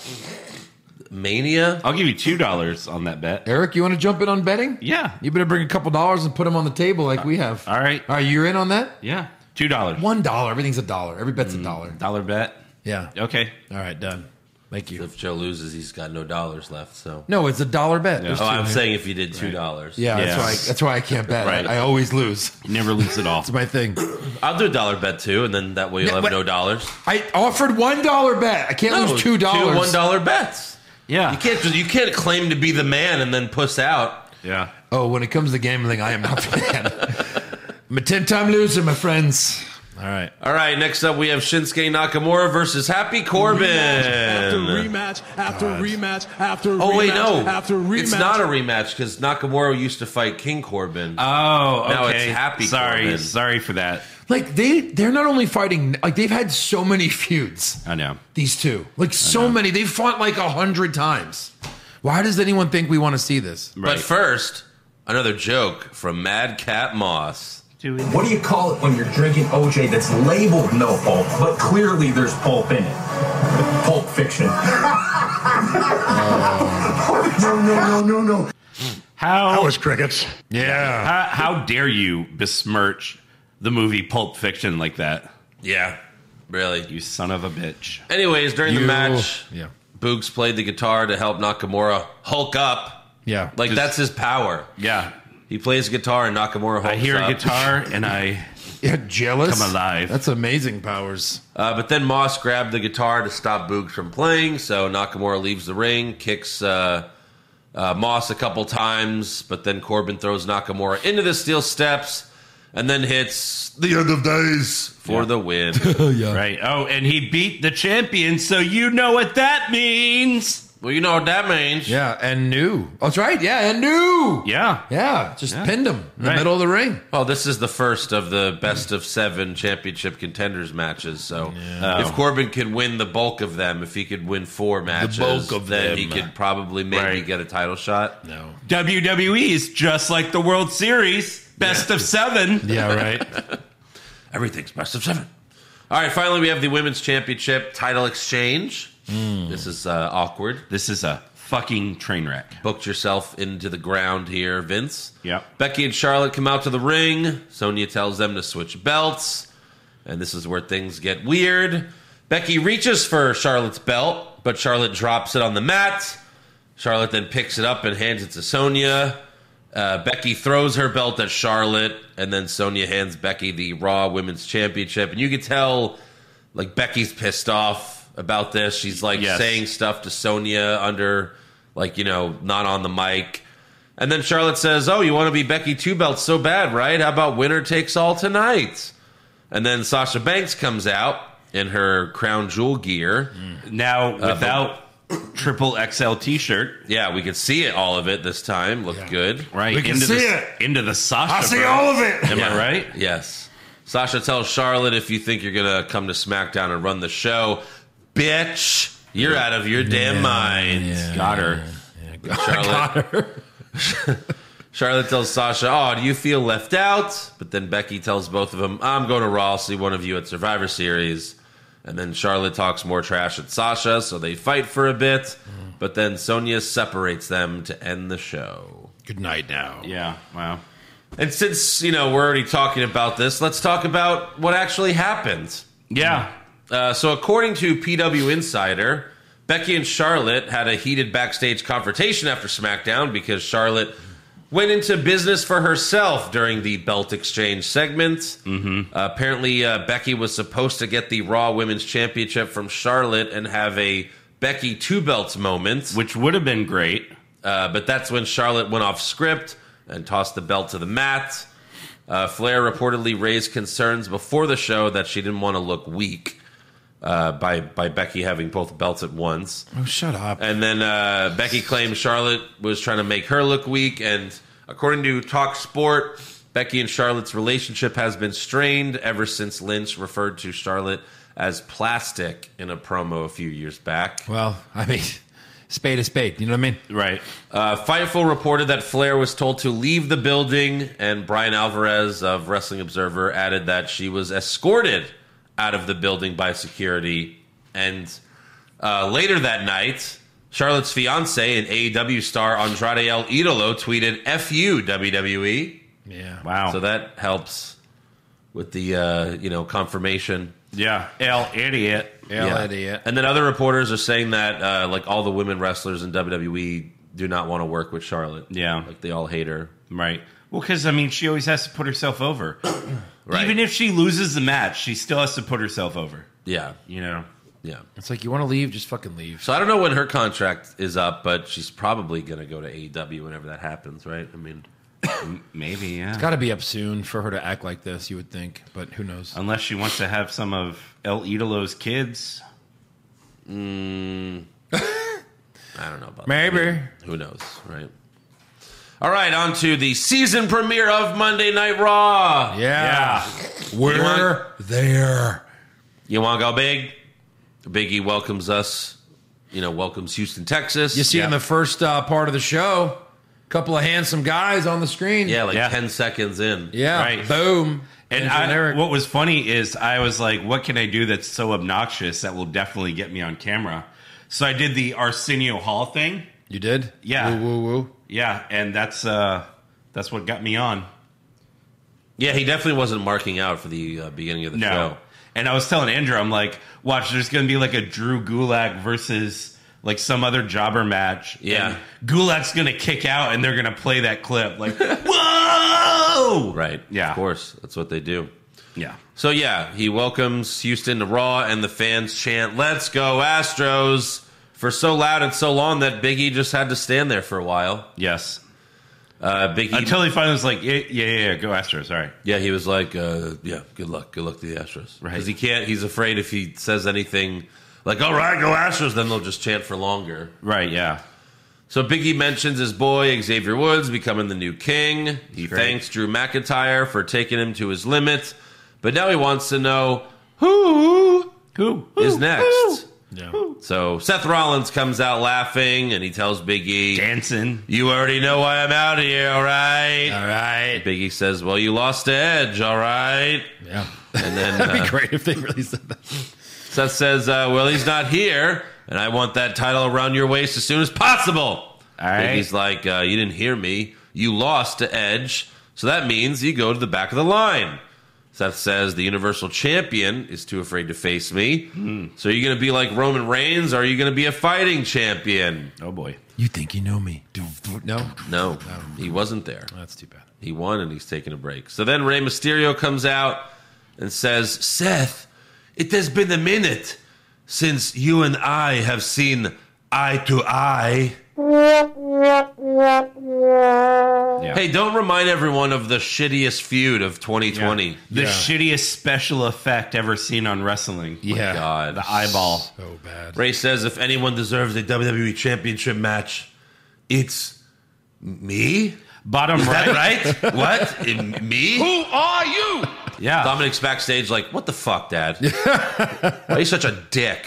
Speaker 3: Mania.
Speaker 5: I'll give you two dollars on that bet.
Speaker 4: Eric, you want to jump in on betting?
Speaker 5: Yeah.
Speaker 4: You better bring a couple dollars and put them on the table like we have.
Speaker 5: All right.
Speaker 4: All right, you're in on that?
Speaker 5: Yeah. Two dollars.
Speaker 4: One dollar. Everything's a dollar. Every bet's
Speaker 5: Mm.
Speaker 4: a dollar.
Speaker 5: Dollar bet.
Speaker 4: Yeah.
Speaker 5: Okay.
Speaker 4: All right, done. Thank you.
Speaker 3: If Joe loses, he's got no dollars left. So.
Speaker 4: No, it's a dollar bet. There's
Speaker 3: Oh,
Speaker 4: two
Speaker 3: I'm
Speaker 4: here.
Speaker 3: saying if you did two dollars.
Speaker 4: Yeah,
Speaker 5: Yeah.
Speaker 4: that's why. I, that's why I can't bet.
Speaker 5: Right.
Speaker 4: I, I always lose.
Speaker 5: You never lose
Speaker 3: [laughs]
Speaker 5: it all.
Speaker 4: It's my thing.
Speaker 3: I'll do a dollar bet too, and then that way you'll
Speaker 4: Yeah,
Speaker 3: have
Speaker 4: but-
Speaker 3: no dollars.
Speaker 4: I offered one dollar bet. I can't lose two dollars.
Speaker 3: Two one dollar bets.
Speaker 5: Yeah.
Speaker 3: You can't just- you can't claim to be the man and then puss out.
Speaker 5: Yeah.
Speaker 4: Oh, when it comes to gambling, I am not the man. I'm a ten-time loser, my friends. All right.
Speaker 3: All right, next up we have Shinsuke Nakamura versus Happy
Speaker 1: After
Speaker 3: Corbin.
Speaker 1: rematch, after rematch, after rematch,
Speaker 3: Oh wait, no,
Speaker 1: after rematch.
Speaker 3: it's not a rematch because Nakamura used to fight King Corbin.
Speaker 5: Oh, okay.
Speaker 3: Now it's happy
Speaker 5: Sorry,
Speaker 3: Corbin.
Speaker 5: sorry for that.
Speaker 4: Like they, they're not only fighting. Like they've had so many feuds.
Speaker 5: I know.
Speaker 4: These two, like so many, they fought like a hundred times. Why does anyone think we want to see this?
Speaker 5: Right.
Speaker 3: But first, another joke from Mad Cat Moss.
Speaker 2: What do you call it when you're drinking OJ that's labeled no pulp, but clearly there's pulp in it? Pulp fiction. no, no, no, no, no.
Speaker 5: How
Speaker 2: was crickets.
Speaker 4: Yeah.
Speaker 5: how, how dare you besmirch the movie Pulp Fiction like that?
Speaker 3: Yeah, really.
Speaker 5: You son of a bitch.
Speaker 3: Anyways, during the match,
Speaker 4: Yeah.
Speaker 3: Boogs played the guitar to help Nakamura Hulk up.
Speaker 4: Yeah.
Speaker 3: Like that's his power.
Speaker 5: Yeah.
Speaker 3: He plays guitar and Nakamura.
Speaker 5: I
Speaker 3: holds
Speaker 5: hear a
Speaker 3: up.
Speaker 5: [laughs] guitar and I
Speaker 4: yeah, jealous.
Speaker 5: Come alive.
Speaker 4: That's amazing powers.
Speaker 3: Uh, but then Moss grabbed the guitar to stop Boogs from playing, so Nakamura leaves the ring, kicks uh, uh, Moss a couple times, but then Corbin throws Nakamura into the steel steps and then hits the end of days for
Speaker 4: [laughs]
Speaker 3: the win.
Speaker 5: right. Oh, and he beat the champion, so you know what that means.
Speaker 3: well, you know what that means.
Speaker 4: Yeah, and new. Oh, That's right. Yeah, and new.
Speaker 5: Yeah.
Speaker 4: Yeah, just pinned him in the
Speaker 5: Right.
Speaker 4: middle of the ring.
Speaker 3: Well, this is the first of the best of seven championship contenders matches. So, if Corbin can win the bulk of them, if he could win four matches,
Speaker 4: bulk of
Speaker 3: then he
Speaker 4: them.
Speaker 3: could probably maybe
Speaker 5: Right.
Speaker 3: get a title shot.
Speaker 4: No.
Speaker 5: WWE E is just like the World Series, best of seven.
Speaker 4: [laughs] Yeah, right.
Speaker 3: Everything's best of seven. All right, finally, we have the women's championship title exchange. This is uh, awkward.
Speaker 5: This is a fucking train wreck.
Speaker 3: Booked yourself into the ground here, Vince.
Speaker 5: Yep.
Speaker 3: Becky and Charlotte come out to the ring. Sonya tells them to switch belts, and this is where things get weird. Becky reaches for Charlotte's belt, but Charlotte drops it on the mat. Charlotte then picks it up and hands it to Sonya. Uh, Becky throws her belt at Charlotte, and then Sonya hands Becky the Raw Women's Championship. And you can tell, like, Becky's pissed off about this. She's, like,
Speaker 5: Yes.
Speaker 3: saying stuff to Sonya under, like, you know, not on the mic. And then Charlotte says, Oh, you want to be Becky Two Belts so bad, right? How about winner takes all tonight? And then Sasha Banks comes out in her crown jewel gear.
Speaker 5: Mm. Now, without triple XL t shirt,
Speaker 3: Yeah, we could see it, all of it this time. Looked good.
Speaker 5: right?
Speaker 4: We can
Speaker 5: into
Speaker 4: see
Speaker 5: the,
Speaker 4: it.
Speaker 5: Into the Sasha.
Speaker 4: I see
Speaker 5: verse.
Speaker 4: all of it.
Speaker 5: Am I right?
Speaker 3: Yes. Sasha tells Charlotte, if you think you're going to come to SmackDown and run the show, bitch, you're out of your damn mind.
Speaker 5: Got her.
Speaker 3: Charlotte.
Speaker 5: [laughs]
Speaker 3: Charlotte tells Sasha, Oh, do you feel left out? But then Becky tells both of them, I'm going to Raw, see one of you at Survivor Series. And then Charlotte talks more trash at Sasha, so they fight for a bit. But then Sonya separates them to end the show.
Speaker 4: Good night now.
Speaker 5: Yeah. Wow.
Speaker 3: And since, you know, we're already talking about this, let's talk about what actually happened.
Speaker 5: Yeah.
Speaker 3: Uh, so, according to PW Insider, Becky and Charlotte had a heated backstage confrontation after SmackDown because Charlotte went into business for herself during the belt exchange segment. Mm-hmm. Uh, apparently, uh, Becky was supposed to get the Raw Women's Championship from Charlotte and have a Becky two belts moment,
Speaker 5: Which would have been great.
Speaker 3: uh, but that's when Charlotte went off script and tossed the belt to the mat. Uh, Flair reportedly raised concerns before the show that she didn't want to look weak uh, by by Becky having both belts at once.
Speaker 4: Oh, shut up.
Speaker 3: And then uh, Becky claimed Charlotte was trying to make her look weak. And according to Talk Sport, Becky and Charlotte's relationship has been strained ever since Lynch referred to Charlotte as plastic in a promo a few years back.
Speaker 4: Well, I mean, [laughs] spade is spade. You know what I mean?
Speaker 5: Right.
Speaker 3: Uh, Fightful reported that Flair was told to leave the building, and Brian Alvarez of Wrestling Observer added that she was escorted out of the building by security. And uh, later that night, Charlotte's fiance and AEW E star Andrade El Idolo tweeted "F you WWE,"
Speaker 4: Yeah.
Speaker 5: Wow.
Speaker 3: so that helps with the uh, you know confirmation.
Speaker 5: yeah. L idiot.
Speaker 4: Hell
Speaker 3: Yeah.
Speaker 4: idiot.
Speaker 3: And then other reporters are saying that uh, like all the women wrestlers in WWE do not want to work with Charlotte.
Speaker 5: Yeah.
Speaker 3: like they all hate her.
Speaker 5: Right. Well, because I mean, she always has to put herself [clears throat] over.
Speaker 3: Right.
Speaker 5: Even if she loses the match, she still has to put herself over.
Speaker 3: Yeah,
Speaker 5: You know.
Speaker 3: yeah.
Speaker 4: It's like you want to leave, just fucking leave.
Speaker 3: So I don't know when her contract is up, but she's probably going to go to AEW whenever that happens, right? I mean,
Speaker 5: Maybe. Yeah.
Speaker 4: Got to be up soon for her to act like this. You would think, but who knows?
Speaker 5: Unless she wants to have some of El Idolo's kids.
Speaker 3: I don't know about that.
Speaker 4: Maybe.
Speaker 3: Who knows, right? All right, on to the season premiere of Monday Night Raw.
Speaker 4: Yeah.
Speaker 3: You
Speaker 4: We're
Speaker 3: want,
Speaker 4: there.
Speaker 3: you want to go big? Biggie welcomes us, you know, welcomes Houston, Texas.
Speaker 4: You see
Speaker 3: yeah.
Speaker 4: in the first uh, part of the show, a couple of handsome guys on the screen.
Speaker 3: Yeah, like
Speaker 5: Yeah.
Speaker 3: 10 seconds in.
Speaker 4: Yeah.
Speaker 5: Right.
Speaker 4: Boom.
Speaker 5: And
Speaker 4: Andrew
Speaker 5: I,
Speaker 4: Eric.
Speaker 5: what was funny is I was like, what can I do that's so obnoxious that will definitely get me on camera? So I did the Arsenio Hall thing.
Speaker 4: you did?
Speaker 5: Yeah.
Speaker 4: Woo, woo, woo.
Speaker 5: Yeah, and that's uh that's what got me on.
Speaker 3: Yeah, he definitely wasn't marking out for the uh, beginning of the
Speaker 5: No.
Speaker 3: show.
Speaker 5: And I was telling Andrew, I'm like, watch, there's gonna be like a Drew Gulak versus like some other jobber match.
Speaker 3: Yeah.
Speaker 5: and Gulak's gonna kick out, and they're gonna play that clip. Like, whoa!
Speaker 3: Right.
Speaker 5: Yeah.
Speaker 3: Of course. That's what they do.
Speaker 5: Yeah.
Speaker 3: So yeah, he welcomes Houston to Raw, and the fans chant "Let's go Astros" for so loud and so long that Big E just had to stand there for a while.
Speaker 5: Yes.
Speaker 3: Uh, Big E,
Speaker 5: Until he finally was like, yeah, yeah, yeah, go Astros. All right.
Speaker 3: yeah, he was like, uh, "Yeah, good luck, good luck to the Astros,"
Speaker 5: Right.
Speaker 3: Because he can't. He's afraid if he says anything like "All right, go Astros," then they'll just chant for longer.
Speaker 5: Right. Yeah.
Speaker 3: So Biggie mentions his boy Xavier Woods becoming the new king. He thanks Drew McIntyre for taking him to his limit, but now he wants to know who
Speaker 5: Who
Speaker 3: is next.
Speaker 4: Yeah.
Speaker 3: So Seth Rollins comes out laughing and he tells Biggie,
Speaker 5: Dancing.
Speaker 3: "You already know why I'm out of here, all right?"
Speaker 4: All right.
Speaker 3: Biggie says, "Well, you lost to Edge, all right?"
Speaker 4: Yeah.
Speaker 3: And then
Speaker 4: That'd
Speaker 3: uh,
Speaker 4: be [laughs] great if they really said that.
Speaker 3: Seth says, uh, "Well, he's not here, and I want that title around your waist as soon as possible."
Speaker 5: right.
Speaker 3: Biggie's like, uh, "You didn't hear me. You lost to Edge, so that means you go to the back of the line." Seth says, "The Universal Champion is too afraid to face me.
Speaker 4: Hmm.
Speaker 3: So are you going to be like Roman Reigns, or are you going to be a fighting champion?"
Speaker 5: Oh boy.
Speaker 4: You think you know me? Do- do- No,
Speaker 3: No, he wasn't there.
Speaker 4: that's too bad.
Speaker 3: He won and he's taking a break. So then Rey Mysterio comes out and says, Seth, it has been a minute since you and I have seen eye to eye.
Speaker 5: Yeah.
Speaker 3: Hey, don't remind everyone of the shittiest feud of 2020.
Speaker 5: The
Speaker 4: Yeah.
Speaker 5: shittiest special effect ever seen on wrestling.
Speaker 4: Yeah,
Speaker 3: God.
Speaker 5: The eyeball.
Speaker 4: so bad.
Speaker 3: Ray says, if anyone deserves a WWE championship match, it's me?
Speaker 5: Bottom
Speaker 3: Is that
Speaker 5: right.
Speaker 3: right? what? It- me?
Speaker 1: Who are you?
Speaker 5: Yeah.
Speaker 3: Dominic's backstage like, what the
Speaker 4: [laughs]
Speaker 3: fuck, Dad? Why are you such a dick?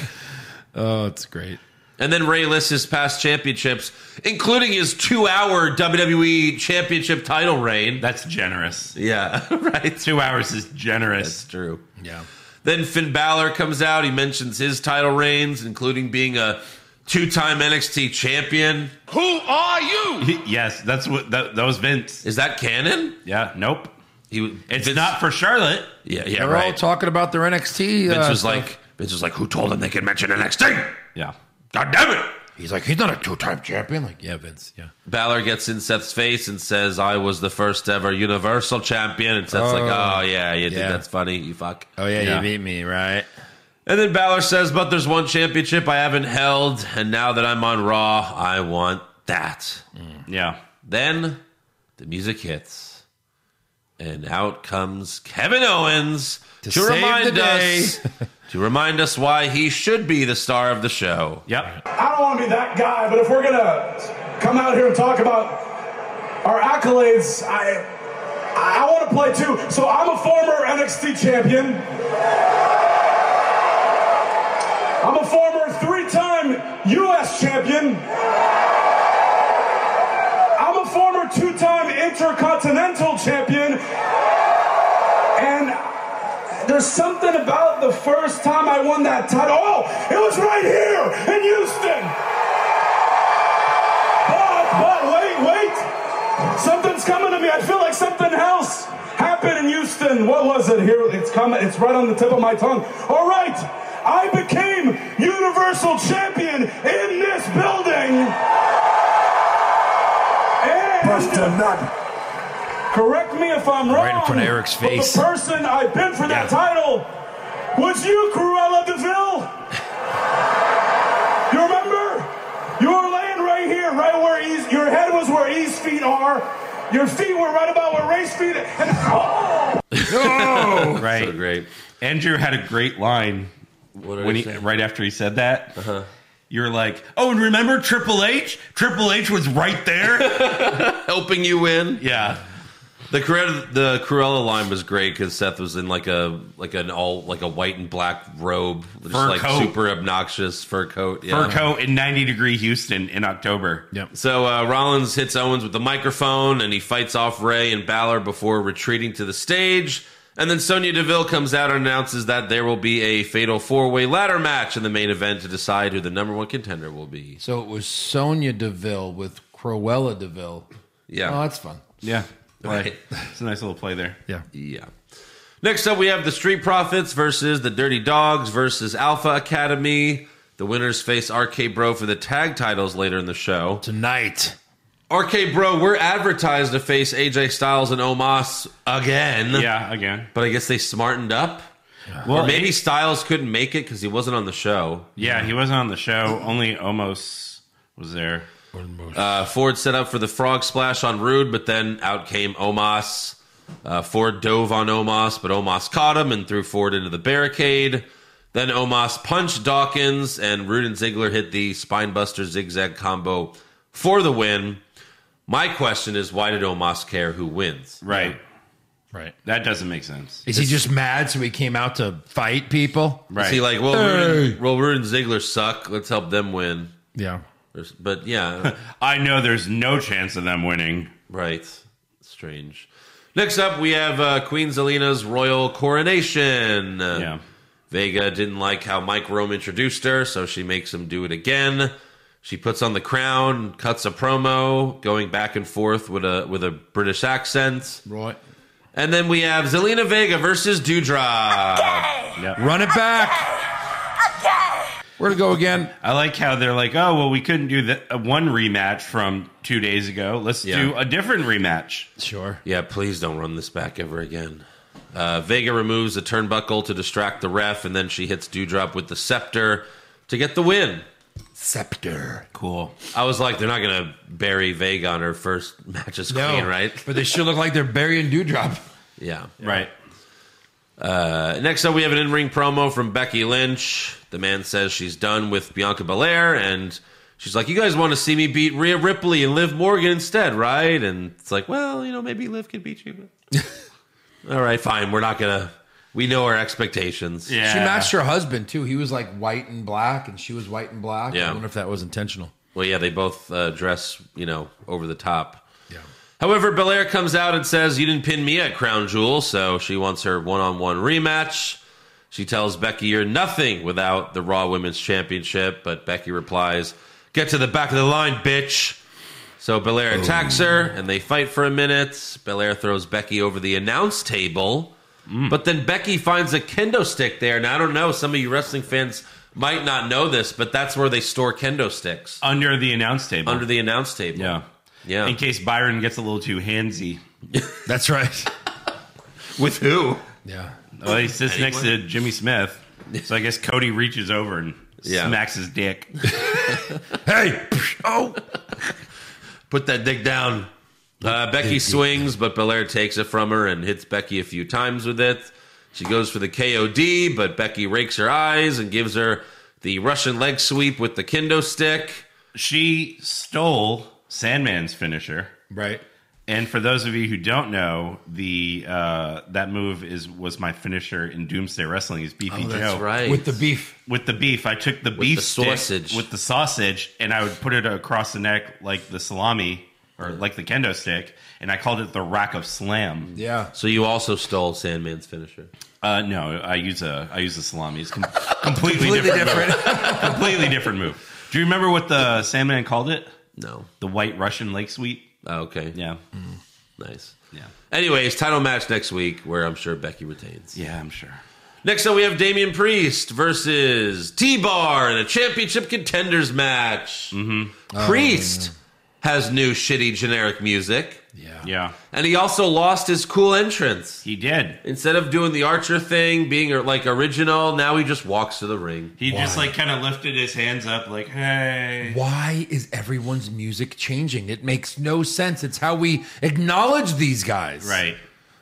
Speaker 4: Oh, it's great.
Speaker 3: And then Ray lists his past championships, including his two hour WWE E championship title reign.
Speaker 5: That's generous.
Speaker 3: Yeah, [laughs] right.
Speaker 5: Two hours is generous.
Speaker 3: That's true.
Speaker 4: Yeah.
Speaker 3: Then Finn Balor comes out. He mentions his title reigns, including being a two time NXT champion.
Speaker 1: Who are you?
Speaker 5: yes, that's what that, that was Vince.
Speaker 3: Is that canon?
Speaker 5: Yeah. Nope.
Speaker 3: He was-
Speaker 5: It's
Speaker 3: Vince-
Speaker 5: not for Charlotte.
Speaker 3: Yeah, yeah,
Speaker 4: They're all
Speaker 3: right.
Speaker 4: talking about their NXT.
Speaker 3: Vince
Speaker 4: uh,
Speaker 3: was
Speaker 4: stuff.
Speaker 3: like, Vince was like, who told him they could mention NXT?
Speaker 5: Yeah.
Speaker 3: God damn it!
Speaker 4: he's like, he's not a two-time champion. Like, yeah, Vince. Yeah.
Speaker 3: Balor gets in Seth's face and says, I was the first ever Universal Champion. And Seth's like,
Speaker 4: Oh.
Speaker 3: oh, yeah, you
Speaker 4: Yeah.
Speaker 3: did. That's funny. You fuck.
Speaker 4: Oh yeah,
Speaker 5: Yeah.
Speaker 4: you beat me, right?
Speaker 3: And then Balor says, but there's one championship I haven't held. And now that I'm on Raw, I want that.
Speaker 5: Yeah.
Speaker 3: Then the music hits. And out comes Kevin Owens to,
Speaker 4: save the
Speaker 3: remind
Speaker 4: day. [laughs]
Speaker 3: us to remind us why he should be the star of the show.
Speaker 5: Yep.
Speaker 6: I don't want to be that guy, but if we're gonna come out here and talk about our accolades, I I want to play too. So I'm a former NXT champion. I'm a former three-time U.S. champion. I'm a former two-time Intercontinental champion, and. There's something about the first time I won that title. Oh, it was right here in Houston. But, but, wait, wait. Something's coming to me. I feel like something else happened in Houston. What was it? Here, it's coming. It's right on the tip of my tongue. All right. I became Universal Champion in this building. And Correct me if I'm wrong.
Speaker 4: Right in front of Eric's
Speaker 6: but
Speaker 4: face.
Speaker 6: the person I bid for that
Speaker 4: Yeah.
Speaker 6: title was you, Cruella Deville. you remember? You were laying right here, right where E's, your head was where E's feet are. Your feet were right about where Ray's feet. And [laughs] oh,
Speaker 5: Right.
Speaker 3: Oh, So great.
Speaker 5: Andrew had a great line
Speaker 3: What did
Speaker 5: when
Speaker 3: he
Speaker 5: he,
Speaker 3: say?
Speaker 5: right after he said that. Uh-huh. You were like, "Oh, and remember Triple H? Triple H was right
Speaker 3: [laughs]
Speaker 5: there."
Speaker 3: Helping you win.
Speaker 5: yeah.
Speaker 3: The Cruella, the Cruella line was great because Seth was in like a like an all like a white and black robe, just
Speaker 5: Fur
Speaker 3: like
Speaker 5: coat.
Speaker 3: super obnoxious fur coat. Yeah.
Speaker 5: Fur coat in 90 degree Houston in October.
Speaker 4: Yep.
Speaker 3: So uh, Rollins hits Owens with the microphone, and he fights off Ray and Balor before retreating to the stage. And then Sonya Deville comes out and announces that there will be a fatal four way ladder match in the main event to decide who the number one contender will be.
Speaker 4: So it was Sonia Deville with Cruella Deville.
Speaker 3: Yeah.
Speaker 4: Oh, that's fun.
Speaker 5: Yeah.
Speaker 3: Right.
Speaker 5: It's a nice little play there.
Speaker 4: Yeah.
Speaker 3: Yeah. Next up, we have the Street Profits versus the Dirty Dogs versus Alpha Academy. The The winners face RK Bro for the tag titles later in the show.
Speaker 4: Tonight.
Speaker 3: RK Bro, we're advertised to face AJ Styles and Omos again.
Speaker 5: Yeah, again.
Speaker 3: But I guess they smartened up.
Speaker 5: Well,
Speaker 3: or maybe Styles couldn't make it because he wasn't on the show.
Speaker 5: Yeah, he wasn't on the show. Only almost was there.
Speaker 3: Uh, Ford set up for the frog splash on Rude, but then out came Omos. Uh, Ford dove on Omos, but Omos caught him and threw Ford into the barricade. Then Omos punched Dawkins, and Rude and Ziggler hit the spinebuster zigzag combo for the win. My question is, why did Omos care who wins?
Speaker 5: Right.
Speaker 4: Right.
Speaker 5: That doesn't make sense.
Speaker 4: Is he just mad so he came out to fight people?
Speaker 5: Right.
Speaker 3: Is he like, well, Rude
Speaker 4: Hey.
Speaker 3: and, well, Rude and Ziggler suck. Let's help them win.
Speaker 4: Yeah.
Speaker 3: There's- But yeah,
Speaker 5: I know there's no chance of them winning.
Speaker 3: Right. Strange. Next up, we have uh, Queen Zelina's royal coronation.
Speaker 5: Yeah.
Speaker 3: Vega didn't like how Mike Rome introduced her, so she makes him do it again. She puts on the crown, cuts a promo, going back and forth with a with a British accent,
Speaker 4: Right.
Speaker 3: and then we have Zelina Vega versus Dewdrop.
Speaker 4: Run it back. Where to go again?
Speaker 5: I like how they're like, oh, well, we couldn't do the uh, one rematch from two days ago. Let's
Speaker 3: Yeah.
Speaker 5: do a different rematch.
Speaker 4: Sure.
Speaker 3: Yeah, please don't run this back ever again. Uh, Vega removes the turnbuckle to distract the ref, and then she hits Dewdrop with the scepter to get the win.
Speaker 4: Scepter.
Speaker 5: Cool.
Speaker 3: I was like, they're not gonna bury Vega on her first [laughs] match as
Speaker 4: No.
Speaker 3: queen, right?
Speaker 4: [laughs] But they sure look like they're burying Dewdrop.
Speaker 3: Yeah.
Speaker 5: Right.
Speaker 3: Uh, next up, we have an in-ring promo from Becky Lynch. The man says she's done with Bianca Belair, and she's like, "You guys want to see me beat Rhea Ripley and Liv Morgan instead, right?" And it's like, well, you know, maybe Liv could beat you. but- All right, fine. We're not gonna. We know our expectations.
Speaker 5: Yeah.
Speaker 4: She matched her husband too. He was like white and black, and she was white and black.
Speaker 3: Yeah.
Speaker 4: I wonder if that was intentional.
Speaker 3: Well, yeah, they both uh, dress, you know, over the top.
Speaker 4: Yeah.
Speaker 3: However, Belair comes out and says, You didn't pin me at Crown Jewel, so she wants her one on one rematch. She tells Becky, You're nothing without the Raw Women's Championship, but Becky replies, Get to the back of the line, bitch. So Belair attacks her, and they fight for a minute. Belair throws Becky over the announce table, but then Becky finds a kendo stick there. Now, I don't know, some of you wrestling fans might not know this, but that's where they store kendo sticks
Speaker 5: Under the announce table.
Speaker 3: under the announce table.
Speaker 5: Oh. yeah.
Speaker 3: Yeah.
Speaker 5: In case Byron gets a little too handsy.
Speaker 4: That's right.
Speaker 5: With who?
Speaker 4: [laughs] yeah.
Speaker 5: Well, he sits next to Jimmy Smith. So I guess Cody reaches over and
Speaker 3: Yeah.
Speaker 5: smacks his dick.
Speaker 4: Hey. Oh.
Speaker 3: Put that dick down. Uh, Becky swings, but Belair takes it from her and hits Becky a few times with it. She goes for the KOD, but Becky rakes her eyes and gives her the Russian leg sweep with the kendo stick.
Speaker 5: She stole Sandman's finisher.
Speaker 4: Right.
Speaker 5: And for those of you who don't know, the uh, that move is was my finisher in Doomsday Wrestling. Is Beefy Joe
Speaker 4: With the beef.
Speaker 5: with the beef? I took the beef
Speaker 3: the
Speaker 5: stick
Speaker 3: sausage.
Speaker 5: with the sausage, and I would put it across the neck like the salami or like the kendo stick, and I called it the rack of slam.
Speaker 4: Yeah.
Speaker 3: So you also stole Sandman's finisher.
Speaker 5: Uh, no, I use a I use a salami. It's com- [laughs] completely, different, move. [laughs] completely different move. Do you remember what the Sandman called it?
Speaker 3: No.
Speaker 5: The White Russian Lake Sweep.
Speaker 3: Oh, okay.
Speaker 5: Yeah,
Speaker 3: Nice.
Speaker 5: yeah,
Speaker 3: Anyways, title match next week where I'm sure Becky retains.
Speaker 5: yeah. I'm sure.
Speaker 3: Next up, we have Damian Priest versus T Bar in a championship contenders match. Mm-hmm. Priest has new shitty generic music,
Speaker 4: Yeah.
Speaker 5: Yeah,
Speaker 3: and he also lost his cool entrance.
Speaker 5: he did.
Speaker 3: Instead of doing the Archer thing, being uh, like original, now he just walks to the ring.
Speaker 5: He just
Speaker 4: Why?
Speaker 5: like kind of lifted his hands up, like, hey.
Speaker 4: Why is everyone's music changing? It makes no sense. It's how we acknowledge these guys.
Speaker 5: Right.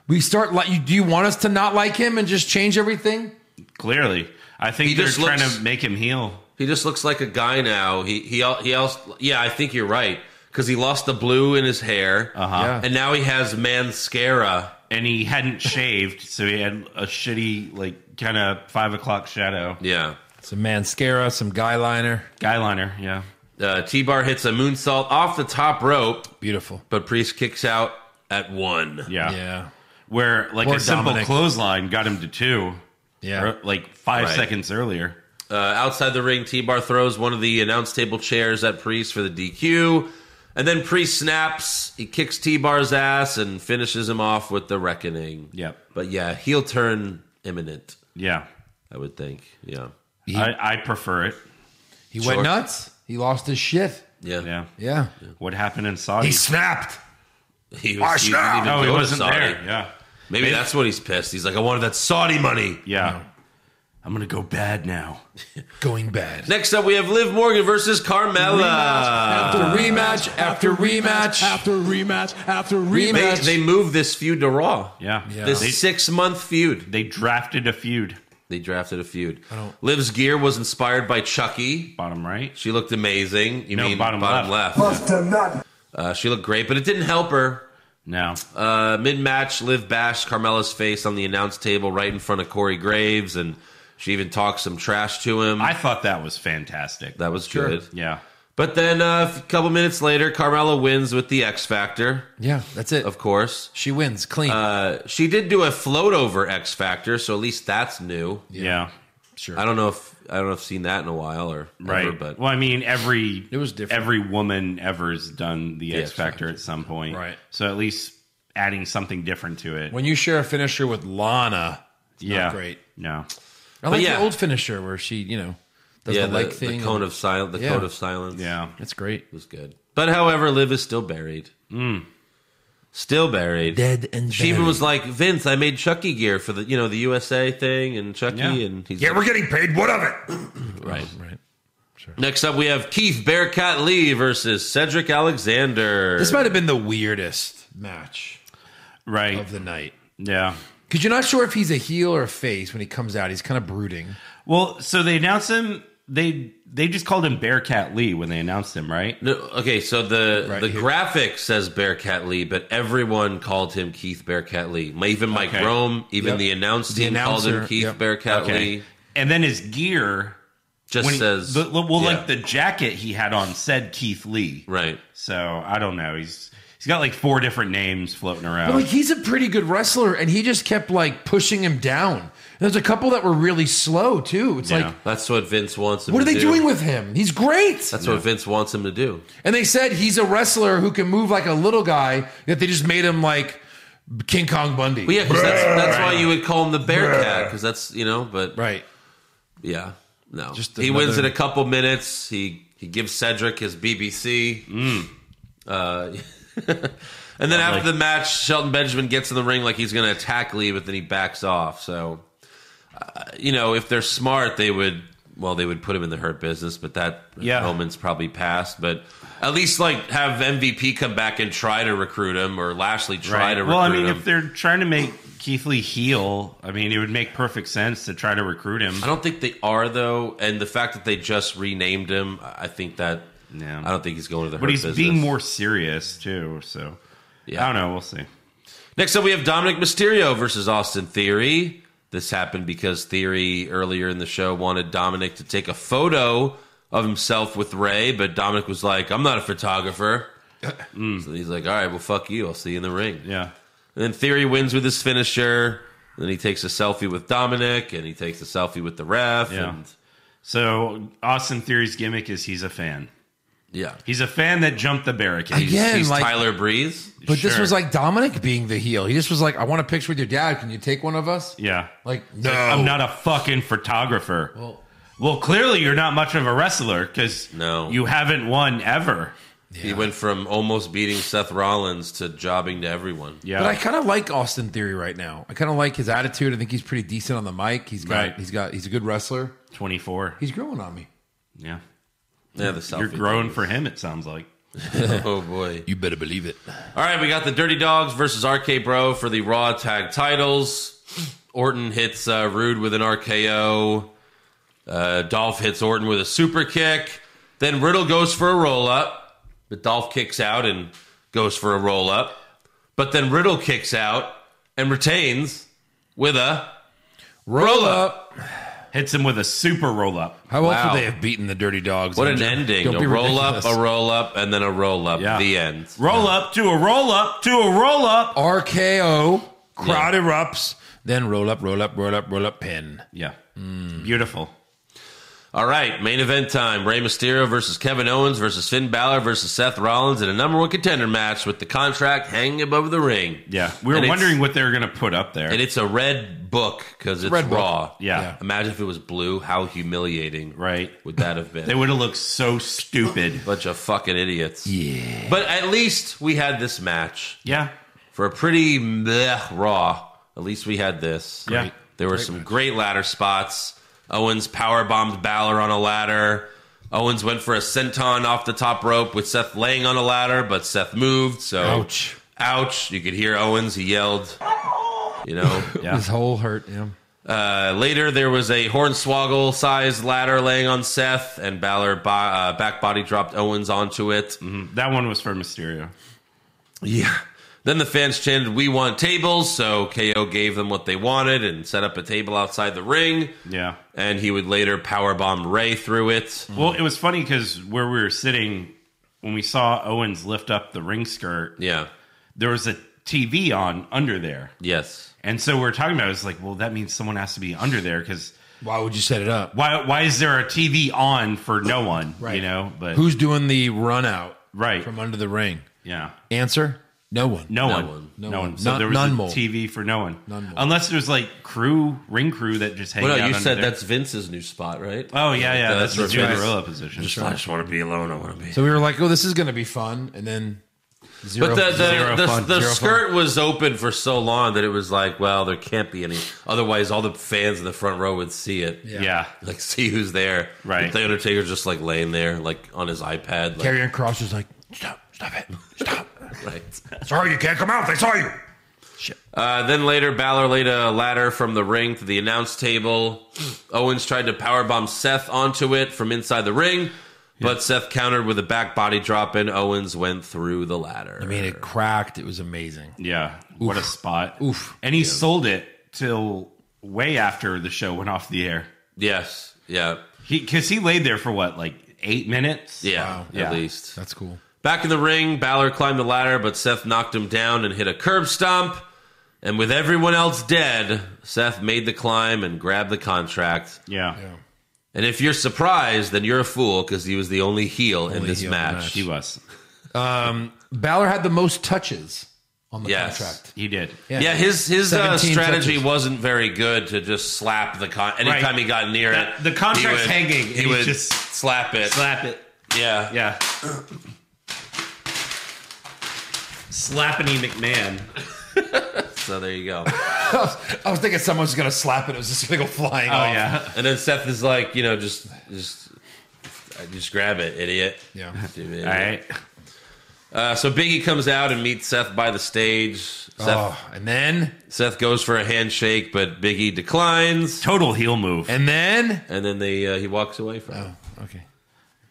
Speaker 4: We start like you do you want us to not like him and just change everything?
Speaker 5: Clearly. I think
Speaker 3: He
Speaker 5: they're
Speaker 3: just
Speaker 5: trying
Speaker 3: looks-
Speaker 5: to make him heal.
Speaker 3: He just looks like a guy now. He he al- he else. Yeah, I think you're right because he lost the blue in his hair,
Speaker 4: Yeah.
Speaker 3: and now he has mascara.
Speaker 5: And he hadn't shaved, so he had a shitty, like, kind of five o'clock shadow.
Speaker 3: Yeah.
Speaker 4: Some mascara, some guy liner.
Speaker 5: Guy liner, yeah.
Speaker 3: Uh, T Bar hits a moonsault off the top rope.
Speaker 4: Beautiful.
Speaker 3: but Priest kicks out at one.
Speaker 5: Yeah.
Speaker 4: Yeah.
Speaker 5: Where, like,
Speaker 4: Poor
Speaker 5: a simple
Speaker 4: Dominic.
Speaker 5: clothesline got him to two,
Speaker 4: Yeah.
Speaker 5: or, like, five
Speaker 3: Right.
Speaker 5: seconds earlier.
Speaker 3: Uh, outside the ring, T Bar throws one of the announce table chairs at Priest for the DQ. And then Priest snaps. He kicks T Bar's ass and finishes him off with the Reckoning.
Speaker 5: Yep.
Speaker 3: But yeah, heel turn imminent,
Speaker 5: Yeah.
Speaker 3: I would think. Yeah.
Speaker 5: I, I prefer it.
Speaker 4: He
Speaker 3: Sure.
Speaker 4: went nuts. He lost his shit.
Speaker 3: Yeah.
Speaker 5: Yeah.
Speaker 4: Yeah.
Speaker 5: What happened in Saudi?
Speaker 4: He snapped.
Speaker 3: He was, he didn't even
Speaker 5: no, he
Speaker 3: go to
Speaker 5: wasn't
Speaker 3: Saudi.
Speaker 5: there. Yeah.
Speaker 3: Maybe that's what he's pissed. He's like, I wanted that Saudi money.
Speaker 5: Yeah. I'm going to go bad now.
Speaker 4: Going bad.
Speaker 3: Next up, we have Liv Morgan versus Carmella.
Speaker 4: After rematch, after rematch,
Speaker 7: Uh, after rematch, after
Speaker 3: They,
Speaker 7: rematch.
Speaker 3: they moved this feud to Raw.
Speaker 5: Yeah.
Speaker 4: Yeah.
Speaker 3: This
Speaker 5: They,
Speaker 3: six month feud.
Speaker 5: they drafted a feud.
Speaker 3: They drafted a feud.
Speaker 4: don't-
Speaker 3: Liv's gear was inspired by Chucky.
Speaker 5: Bottom right.
Speaker 3: She looked amazing. You
Speaker 5: No,
Speaker 3: mean
Speaker 5: bottom
Speaker 3: left. Uh, she looked great, but it didn't help her.
Speaker 5: No.
Speaker 3: Uh, Mid match, Liv bashed Carmella's face on the announce table right in front of Corey Graves, and she even talked some trash to him.
Speaker 5: I thought that was fantastic.
Speaker 3: that was good.
Speaker 5: yeah.
Speaker 3: But then uh, a couple minutes later, Carmella wins with the X Factor,
Speaker 4: yeah, that's it.
Speaker 3: of course.
Speaker 4: She wins clean.
Speaker 3: Uh, she did do a float over X Factor, so at least that's new.
Speaker 5: Yeah.
Speaker 3: I don't know if I don't know if I've seen that in a while or
Speaker 5: Right.
Speaker 3: ever, but
Speaker 5: well, I mean, every
Speaker 4: It was different.
Speaker 5: every woman ever has done the X
Speaker 3: X
Speaker 5: Factor at some point.
Speaker 4: Right.
Speaker 5: So at least adding something different to it.
Speaker 4: when you share a finisher with Lana,
Speaker 5: yeah.
Speaker 4: great.
Speaker 5: No.
Speaker 4: I like
Speaker 3: yeah.
Speaker 4: the old finisher where she, you know, does
Speaker 3: yeah,
Speaker 4: the,
Speaker 3: the,
Speaker 4: leg
Speaker 3: the
Speaker 4: thing.
Speaker 3: cone
Speaker 4: and-
Speaker 3: of silence, the
Speaker 4: Yeah.
Speaker 3: code of silence,
Speaker 5: Yeah.
Speaker 4: that's great.
Speaker 3: was good. But however, Liv is still buried,
Speaker 5: Hmm.
Speaker 3: still buried.
Speaker 4: Dead and
Speaker 3: She even was like, Vince, I made Chucky gear for the you know the USA thing and Chucky,
Speaker 5: Yeah.
Speaker 3: and he's
Speaker 4: yeah,
Speaker 3: like,
Speaker 4: we're getting paid. What of it?
Speaker 3: [clears throat] right.
Speaker 4: Right.
Speaker 3: Next up, we have Keith Bearcat Lee versus Cedric Alexander.
Speaker 4: This might have been the weirdest match
Speaker 5: Right.
Speaker 4: of the night.
Speaker 5: yeah.
Speaker 4: Because you're not sure if he's a heel or a face when he comes out. He's kind of brooding.
Speaker 5: Well, so they announced him. They they just called him Bearcat Lee when they announced him, right?
Speaker 3: No, okay, so the
Speaker 4: Right
Speaker 3: the
Speaker 4: here.
Speaker 3: graphic says Bearcat Lee, but everyone called him Keith Bearcat Lee. My- Even Mike
Speaker 5: Okay.
Speaker 3: Rome, even
Speaker 4: Yep.
Speaker 3: the announce
Speaker 4: The
Speaker 3: team called him
Speaker 4: announcer,
Speaker 3: Keith
Speaker 4: yep.
Speaker 3: Bearcat
Speaker 5: Okay.
Speaker 3: Lee.
Speaker 5: And then his gear
Speaker 3: Just
Speaker 5: when he-
Speaker 3: says
Speaker 5: the, well,
Speaker 3: yeah,
Speaker 5: like the jacket he had on said Keith Lee,
Speaker 3: right.
Speaker 5: So I don't know. He's he's got like four different names floating around.
Speaker 4: But like he's a pretty good wrestler, and he just kept like pushing him down. And there's a couple that were really slow too. It's
Speaker 5: Yeah.
Speaker 4: like,
Speaker 3: That's what Vince wants him.
Speaker 4: what are
Speaker 3: to
Speaker 4: they
Speaker 3: do.
Speaker 4: doing with him? He's great.
Speaker 3: That's what Vince wants him to do.
Speaker 4: And they said he's a wrestler who can move like a little guy. Yet they just made him like King Kong Bundy.
Speaker 3: But yeah, because that's that's why you would call him the Bearcat because that's you know. But
Speaker 4: Right.
Speaker 3: yeah, no,
Speaker 4: Just
Speaker 3: he wins in
Speaker 4: another-
Speaker 3: a couple minutes. He he gives Cedric his BBC.
Speaker 5: Mm.
Speaker 3: Uh, [laughs] and then after the match, Shelton Benjamin gets in the ring like he's going to attack Lee, but then he backs off. So, uh, you know, if they're smart, they would. Well, they would put him in the hurt business, but that
Speaker 5: Yeah.
Speaker 3: moment's probably past. But at least like have MVP come back and try to recruit him, or Lashley try
Speaker 5: Right.
Speaker 3: to recruit
Speaker 5: Well, I mean,
Speaker 3: him.
Speaker 5: if they're trying to make Keith Lee heel, I mean, it would make perfect sense to try to recruit him.
Speaker 3: I don't think they are though, and the fact that they just renamed him, I I think that
Speaker 5: Yeah.
Speaker 3: I don't think he's going to the.
Speaker 5: But
Speaker 3: Hurt
Speaker 5: he's
Speaker 3: business.
Speaker 5: being more serious too. So
Speaker 3: Yeah.
Speaker 5: I don't know. We'll see.
Speaker 3: Next up, we have Dominic Mysterio versus Austin Theory. This happened because Theory earlier in the show wanted Dominic to take a photo of himself with Ray, but Dominic was like, "I'm not a photographer." Mm. So he's like, "All right, well, fuck you. I'll see you in the ring."
Speaker 5: Yeah.
Speaker 3: And then Theory wins with his finisher. Then he takes a selfie with Dominic, and he takes a selfie with the ref.
Speaker 5: Yeah.
Speaker 3: and-
Speaker 5: So Austin Theory's gimmick is he's a fan.
Speaker 3: yeah.
Speaker 5: He's a fan that jumped the barricade.
Speaker 3: He's,
Speaker 4: Again,
Speaker 3: he's
Speaker 4: like-
Speaker 3: Tyler Breeze.
Speaker 4: But this
Speaker 5: Sure.
Speaker 4: was like Dominic being the heel. He just was like, I want a picture with your dad. Can you take one of us?
Speaker 5: Yeah.
Speaker 4: Like,
Speaker 5: It's like, I'm not a fucking photographer. Well, clearly you're not much of a wrestler because
Speaker 3: No.
Speaker 5: you haven't won ever.
Speaker 3: He went from almost beating Seth Rollins to jobbing to everyone.
Speaker 5: Yeah.
Speaker 4: But I kind of like Austin Theory right now. I kind of like his attitude. I think he's pretty decent on the mic. He's got,
Speaker 5: Right.
Speaker 4: he's got, he's a good wrestler.
Speaker 5: 24.
Speaker 4: He's growing on me.
Speaker 5: Yeah.
Speaker 3: Yeah, the selfie.
Speaker 5: You're growing for him, it sounds like. [laughs]
Speaker 3: Oh boy.
Speaker 4: You better believe it.
Speaker 3: All right, we got the Dirty Dogs versus RK Bro for the Raw Tag Titles. Orton hits uh, Rude with an RKO. Uh, Dolph hits Orton with a super kick. Then Riddle goes for a roll up, but Dolph kicks out and goes for a roll up. But then Riddle kicks out and retains with a
Speaker 4: Roll,
Speaker 3: Roll
Speaker 4: up.
Speaker 5: Hits him with a super roll up.
Speaker 4: How
Speaker 3: Wow.
Speaker 4: else would they have beaten the Dirty Dogs?
Speaker 3: what an
Speaker 4: Andrew?
Speaker 3: ending!
Speaker 4: Don't
Speaker 3: A
Speaker 4: be
Speaker 3: roll up,
Speaker 4: ridiculous.
Speaker 3: a roll up, and then a roll up.
Speaker 5: Yeah.
Speaker 3: The end.
Speaker 5: Roll up to a roll up to a roll up.
Speaker 4: RKO. Crowd erupts. Then roll up, roll up, roll up, roll up. Pin.
Speaker 5: Yeah. Mm. Beautiful.
Speaker 3: All right, main event time. Rey Mysterio versus Kevin Owens versus Finn Balor versus Seth Rollins in a number one contender match with the contract hanging above the ring.
Speaker 5: Yeah, we were
Speaker 3: And it's-
Speaker 5: wondering what they were going to put up there.
Speaker 3: And it's a red book because it's
Speaker 4: Red book.
Speaker 3: raw.
Speaker 5: yeah.
Speaker 4: Yeah.
Speaker 3: Imagine if it was blue. How humiliating
Speaker 5: right.
Speaker 3: would that have been?
Speaker 5: [laughs] They would have looked so stupid.
Speaker 3: bunch of fucking idiots. Yeah. But at least we had this match
Speaker 5: yeah,
Speaker 3: for a pretty meh raw. At least we had this.
Speaker 5: Yeah. Great.
Speaker 3: There were some great ladder spots. Owens power bombed Balor on a ladder. Owens went for a senton off the top rope with Seth laying on a ladder, but Seth moved. So
Speaker 4: Ouch.
Speaker 3: ouch! You could hear Owens. He yelled. You
Speaker 5: [laughs]
Speaker 3: know.
Speaker 5: Yeah.
Speaker 4: His whole hurt. Yeah.
Speaker 3: Uh, later, there was a hornswoggle sized ladder laying on Seth, and Balor bo- uh, back body dropped Owens onto it.
Speaker 5: that one was for Mysterio.
Speaker 3: Yeah. Then the fans chanted, We want tables. So KO gave them what they wanted and set up a table outside the ring.
Speaker 5: Yeah.
Speaker 3: And he would later powerbomb Ray through it.
Speaker 5: Well, it was funny because where we were sitting, when we saw Owens lift up the ring skirt,
Speaker 3: Yeah.
Speaker 5: there was a TV on under there.
Speaker 3: Yes.
Speaker 5: And so we are talking about it, it's like, well, that means someone has to be under there because
Speaker 4: Why would you set it up?
Speaker 5: why why is there a TV on for no one?
Speaker 4: Right.
Speaker 5: You know? But
Speaker 4: Who's doing the run out
Speaker 5: right.
Speaker 4: from under the ring?
Speaker 5: yeah.
Speaker 4: Answer: No one.
Speaker 5: No,
Speaker 3: No
Speaker 5: one.
Speaker 3: one.
Speaker 5: No,
Speaker 4: No
Speaker 5: one.
Speaker 4: one.
Speaker 5: So
Speaker 4: Not-
Speaker 5: there was
Speaker 4: none
Speaker 5: a
Speaker 4: more.
Speaker 5: TV for no one.
Speaker 4: None more.
Speaker 5: Unless there's like crew, ring crew that just hang
Speaker 3: Well, no,
Speaker 5: out.
Speaker 3: you
Speaker 5: under
Speaker 3: said
Speaker 5: there.
Speaker 3: that's Vince's new spot, right? Uh,
Speaker 5: Oh yeah, yeah.
Speaker 3: That's
Speaker 5: That's, the
Speaker 3: right.
Speaker 5: gorilla position.
Speaker 3: I just want to be alone. I want to be.
Speaker 4: So we were like, "Oh, this is going to be fun," and then zero.
Speaker 3: But the, the,
Speaker 4: zero
Speaker 3: the,
Speaker 4: fun,
Speaker 3: the
Speaker 4: zero fun.
Speaker 3: skirt was open for so long that it was like, well, there can't be any. Otherwise, all the fans in the front row would see it.
Speaker 5: yeah.
Speaker 3: Like, see who's there.
Speaker 5: Right.
Speaker 3: But the Undertaker's just like laying there, like on his iPad. Like,
Speaker 4: Karrion Cross was like, "Stop! Stop it! Stop!
Speaker 3: right.
Speaker 4: Sorry, you can't come out. They saw you."
Speaker 3: Uh, then later, Balor laid a ladder from the ring to the announce table. Owens tried to powerbomb Seth onto it from inside the ring, but Seth countered with a back body drop, and Owens went through the ladder.
Speaker 4: I mean, it cracked. It was amazing.
Speaker 5: Yeah. What a spot.
Speaker 4: Oof.
Speaker 5: And he sold it till way after the show went off the air.
Speaker 3: yes, yeah,
Speaker 5: He because he laid there for what like eight minutes.
Speaker 3: yeah,
Speaker 4: Wow.
Speaker 3: at
Speaker 5: Yeah.
Speaker 3: least.
Speaker 4: That's cool.
Speaker 3: Back in the ring, Balor climbed the ladder, but Seth knocked him down and hit a curb stomp. And with everyone else dead, Seth made the climb and grabbed the contract.
Speaker 5: Yeah.
Speaker 4: Yeah.
Speaker 3: And if you're surprised, then you're a fool because he was the only heel in
Speaker 4: Only
Speaker 3: this
Speaker 4: heel in the
Speaker 3: match.
Speaker 4: match.
Speaker 5: He was.
Speaker 4: Balor had the most touches on the
Speaker 3: Yes.
Speaker 4: contract.
Speaker 5: He did.
Speaker 3: Yeah, his his uh,
Speaker 4: 17
Speaker 3: strategy
Speaker 4: touches.
Speaker 3: wasn't very good to just slap the con. Anytime
Speaker 5: Right.
Speaker 3: he got near
Speaker 5: That-
Speaker 3: it,
Speaker 5: the contract's
Speaker 3: he would-
Speaker 5: hanging, and
Speaker 3: He
Speaker 5: he
Speaker 3: would
Speaker 5: just
Speaker 3: slap it.
Speaker 5: Slap it.
Speaker 3: Yeah,
Speaker 5: Yeah. Slappany McMahon.
Speaker 3: So there you go. [laughs]
Speaker 4: I was thinking someone's going to slap it. It was just going to go flying
Speaker 5: Oh
Speaker 4: off.
Speaker 5: yeah.
Speaker 3: and then Seth is like, you know, just just uh, just grab it, idiot. [laughs]
Speaker 4: Yeah.
Speaker 3: Stupid
Speaker 5: All right.
Speaker 3: Uh, so Biggie comes out and meets Seth by the stage. Seth,
Speaker 4: Oh, and then,
Speaker 3: Seth goes for a handshake, but Biggie declines,
Speaker 5: Total heel move.
Speaker 4: and then.
Speaker 3: and then they uh, he walks away from. it.
Speaker 4: Oh, okay.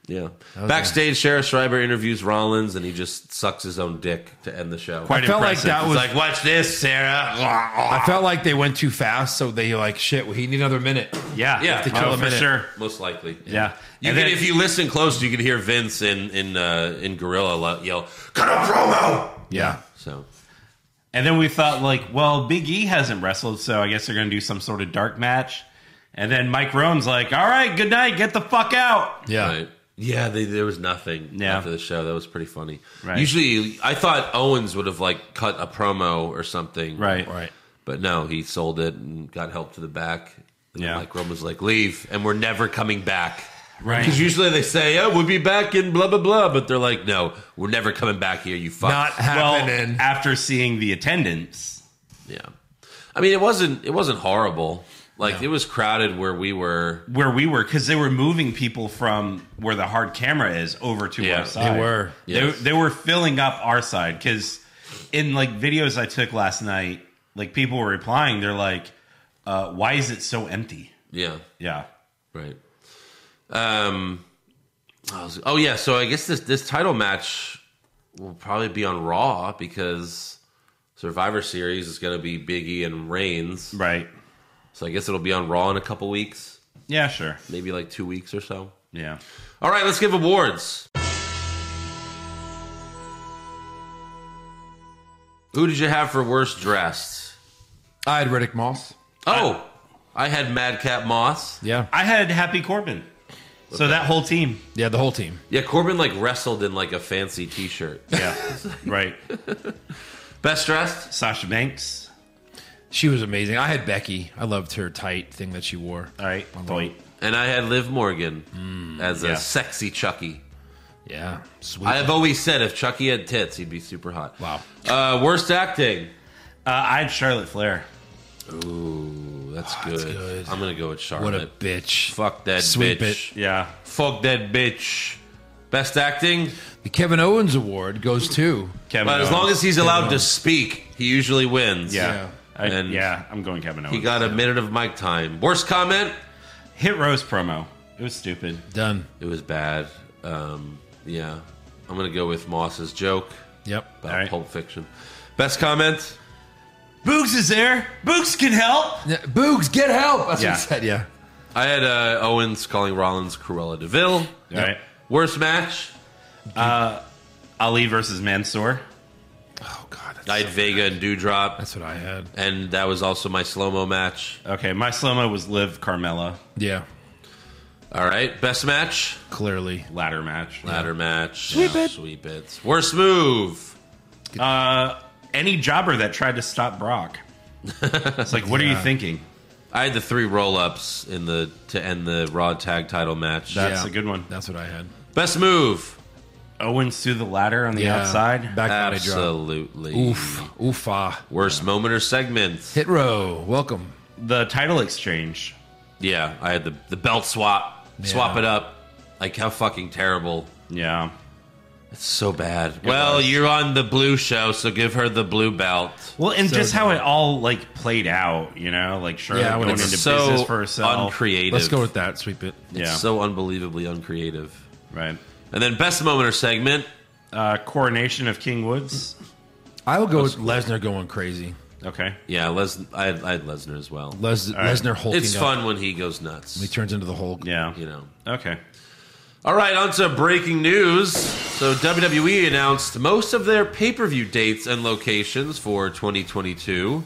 Speaker 3: Yeah. Backstage, Sheriff Schreiber interviews Rollins, and he just sucks his own dick to end the show.
Speaker 5: Quite
Speaker 4: I felt like
Speaker 5: impressive.
Speaker 4: that
Speaker 5: It's
Speaker 4: was-
Speaker 5: like, watch this, Sarah.
Speaker 4: I felt like they went too fast, so they like shit. We need another minute.
Speaker 5: Yeah.
Speaker 3: Yeah. To
Speaker 5: Oh,
Speaker 4: kill a
Speaker 5: for
Speaker 4: minute.
Speaker 5: sure.
Speaker 3: Most likely.
Speaker 5: Yeah.
Speaker 3: You
Speaker 5: And
Speaker 3: can,
Speaker 5: then-
Speaker 3: if you listen close, you can hear Vince in in uh, in Gorilla lo- yell, "Cut a promo!"
Speaker 4: Yeah,
Speaker 3: So
Speaker 5: And then we thought, like, well, Big E hasn't wrestled, so I guess they're going to do some sort of dark match. And then Mike Rome's like, all right, good night, get the fuck out.
Speaker 4: yeah.
Speaker 3: right. yeah, they, there was nothing
Speaker 5: Yeah.
Speaker 3: after the show. That was pretty funny.
Speaker 5: Right.
Speaker 3: Usually, I thought Owens would have like cut a promo or something,
Speaker 5: Right.
Speaker 4: Right.
Speaker 3: But no, he sold it and got help to the back. And
Speaker 5: Yeah.
Speaker 3: yeah. Mike Rome was like, "Leave, and we're never coming back."
Speaker 5: Right.
Speaker 3: Because usually they say, "Oh, we'll be back in blah blah blah," but they're like, "No, we're never coming back here." You fuck.
Speaker 4: Not
Speaker 5: well,
Speaker 4: happening.
Speaker 5: after seeing the attendance.
Speaker 3: Yeah, I mean, it wasn't it wasn't horrible. Like it was crowded where we were.
Speaker 5: Where we were, because they were moving people from where the hard camera is over to
Speaker 3: Yeah,
Speaker 5: our
Speaker 3: they
Speaker 5: side.
Speaker 4: were.
Speaker 3: Yes.
Speaker 5: They, they were filling up our side because in like videos I took last night, like people were replying, they're like, uh, "Why is it so empty?"
Speaker 3: Yeah,
Speaker 5: Yeah,
Speaker 3: right. Um, I was- oh yeah, so I guess this this title match will probably be on Raw because Survivor Series is going to be Biggie and Reigns.
Speaker 5: right.
Speaker 3: So I guess it'll be on Raw in a couple weeks,
Speaker 5: Yeah, sure.
Speaker 3: maybe like two weeks or so.
Speaker 5: Yeah.
Speaker 3: All right, let's give awards. Who did you have for worst dressed?
Speaker 4: I had Riddick Moss.
Speaker 3: Oh, I had Madcap Moss.
Speaker 4: Yeah,
Speaker 5: I had Happy Corbin. So that whole team.
Speaker 4: Yeah, the whole team.
Speaker 3: Yeah, Corbin like wrestled in like a fancy T-shirt.
Speaker 5: Yeah. [laughs] right.
Speaker 3: Best dressed.
Speaker 5: Sasha Banks.
Speaker 4: She was amazing. I had Becky. I loved her tight thing that she wore.
Speaker 5: All right. Point.
Speaker 3: And I had Liv Morgan as
Speaker 5: yeah.
Speaker 3: a sexy Chucky.
Speaker 4: Yeah, sweet.
Speaker 3: I have always said if Chucky had tits, he'd be super hot.
Speaker 4: wow.
Speaker 3: Uh, worst acting.
Speaker 5: Uh, I had Charlotte Flair.
Speaker 3: Ooh, Ah, that's, good.
Speaker 4: that's good.
Speaker 3: I'm gonna go with
Speaker 4: What a
Speaker 3: Charlotte.
Speaker 4: bitch.
Speaker 3: Fuck that
Speaker 4: Sweet
Speaker 3: bitch.
Speaker 5: Yeah.
Speaker 3: Fuck that bitch. Best acting.
Speaker 4: The Kevin Owens Award goes to.
Speaker 5: Kevin.
Speaker 3: But as
Speaker 5: Owens.
Speaker 3: long as he's allowed to speak, he usually wins.
Speaker 5: yeah. I,
Speaker 3: And-
Speaker 5: yeah, I'm going Kevin Owens.
Speaker 3: He got a minute of mic time. Worst comment.
Speaker 5: Hit Rose promo. It was stupid.
Speaker 4: Done.
Speaker 3: It was bad. Um, yeah, I'm gonna go with Moss's joke
Speaker 4: Yep.
Speaker 3: about
Speaker 5: All right.
Speaker 3: Pulp Fiction. Best comment.
Speaker 5: Boogs is there. Boogs can help.
Speaker 4: Yeah, Boogs, get help. That's
Speaker 5: Yeah.
Speaker 4: what he said. Yeah.
Speaker 3: I had uh, Owens calling Rollins Cruella Deville.
Speaker 5: All right.
Speaker 3: Worst match.
Speaker 5: Ali versus Mansoor.
Speaker 4: Oh God. That's,
Speaker 3: I had Vega and Dewdrop,
Speaker 4: that's what I had.
Speaker 3: and that was also my slow mo match.
Speaker 5: Okay, my slow mo was Liv Carmella
Speaker 4: Yeah.
Speaker 3: All right, best match.
Speaker 4: Clearly.
Speaker 5: ladder match.
Speaker 3: Ladder match. Sweep it. Sweep it. Worst move.
Speaker 5: Uh, any jobber that tried to stop Brock. It's like, [laughs] what are you thinking?
Speaker 3: I had the three roll ups in the to end the Raw Tag Title match.
Speaker 5: That's
Speaker 4: Yeah.
Speaker 5: a good one.
Speaker 4: That's what I had.
Speaker 3: Best move.
Speaker 5: Owens through the ladder on the
Speaker 4: Yeah.
Speaker 5: outside.
Speaker 4: Back body drop.
Speaker 3: Absolutely.
Speaker 4: Oof. Oofa.
Speaker 3: Worst moment or segment.
Speaker 4: Hit row. Welcome.
Speaker 5: The title exchange.
Speaker 3: Yeah, I had the the belt swap. Swap it up. Like how fucking terrible.
Speaker 5: Yeah.
Speaker 3: It's so bad. well, you're on the blue show, so give her the blue belt.
Speaker 5: Well, and
Speaker 4: So
Speaker 5: just how
Speaker 4: dumb.
Speaker 5: it all like played out, you know, like Charlotte
Speaker 4: Yeah, when
Speaker 5: going
Speaker 4: it's
Speaker 5: into
Speaker 3: so
Speaker 5: business for herself.
Speaker 3: uncreative.
Speaker 4: Let's go with that. Sweep it.
Speaker 3: It's
Speaker 5: yeah,
Speaker 3: so unbelievably uncreative.
Speaker 5: right.
Speaker 3: And then best moment or segment.
Speaker 5: Uh, coronation of King Woods.
Speaker 4: I will go with Lesnar going crazy.
Speaker 5: Okay,
Speaker 3: Yeah, Les- I, had, I had Lesnar as well.
Speaker 4: Les- Lesnar hulking
Speaker 3: It's
Speaker 4: up.
Speaker 3: fun when he goes nuts.
Speaker 4: He turns into the Hulk.
Speaker 5: yeah,
Speaker 3: You know.
Speaker 5: Okay,
Speaker 3: All right, on to breaking news. So WWE announced most of their pay-per-view dates and locations for 2022.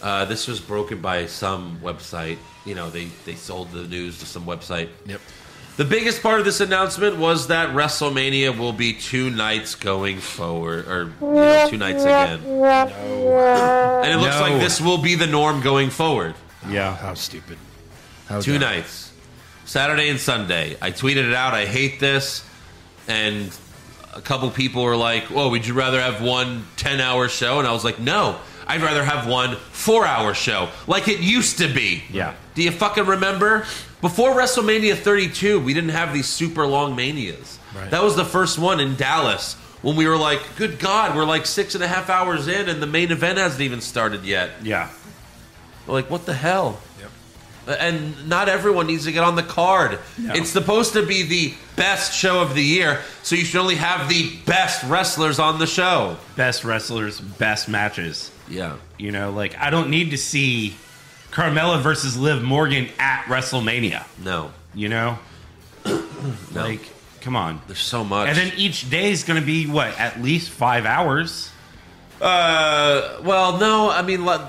Speaker 3: Uh, this was broken by some website. You know, they, they sold the news to some website.
Speaker 4: Yep.
Speaker 3: The biggest part of this announcement was that WrestleMania will be two nights going forward, or you know, two nights again. and it looks
Speaker 4: No.
Speaker 3: like this will be the norm going forward.
Speaker 5: yeah,
Speaker 4: Oh, How stupid. How
Speaker 3: Two
Speaker 4: dumb.
Speaker 3: nights, Saturday and Sunday. I tweeted it out. I hate this, and a couple people were like, "Well, would you rather have one 10-hour show?" And I was like, "No, I'd rather have one four-hour show, like it used to be."
Speaker 5: Yeah.
Speaker 3: Do you fucking remember? Before WrestleMania 32, we didn't have these super long manias.
Speaker 4: Right.
Speaker 3: That was the first one in Dallas when we were like, "Good God, we're like six and a half hours in, and the main event hasn't even started yet."
Speaker 5: yeah,
Speaker 3: We're like, what the hell? Yep. And not everyone needs to get on the card. It's supposed to be the best show of the year, so you should only have the best wrestlers on the show.
Speaker 5: best wrestlers, best matches.
Speaker 3: Yeah.
Speaker 5: You know, like I don't need to see Carmella versus Liv Morgan at WrestleMania.
Speaker 3: No.
Speaker 5: You know,
Speaker 3: No.
Speaker 5: like come on.
Speaker 3: There's so much.
Speaker 5: And then each day is going to be what at least five hours.
Speaker 3: uh, well, no, I mean, like,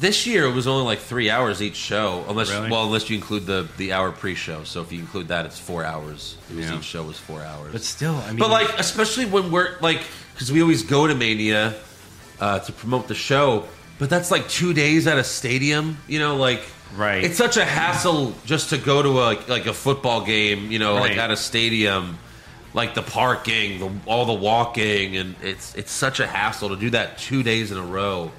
Speaker 3: this year it was only like three hours each show, unless
Speaker 5: Really?
Speaker 3: well, unless you include the the hour pre-show. So if you include that, it's four hours. It was
Speaker 5: Yeah.
Speaker 3: Each show was four hours.
Speaker 5: But still, I mean,
Speaker 3: But like, especially when we're like, because we always go to Mania uh, to promote the show, but that's like two days at a stadium. You know, like
Speaker 5: Right.
Speaker 3: It's such a hassle just to go to a like a football game. You know, like
Speaker 5: Right.
Speaker 3: at a stadium, like the parking, the, all the walking, and it's it's such a hassle to do that two days in a row.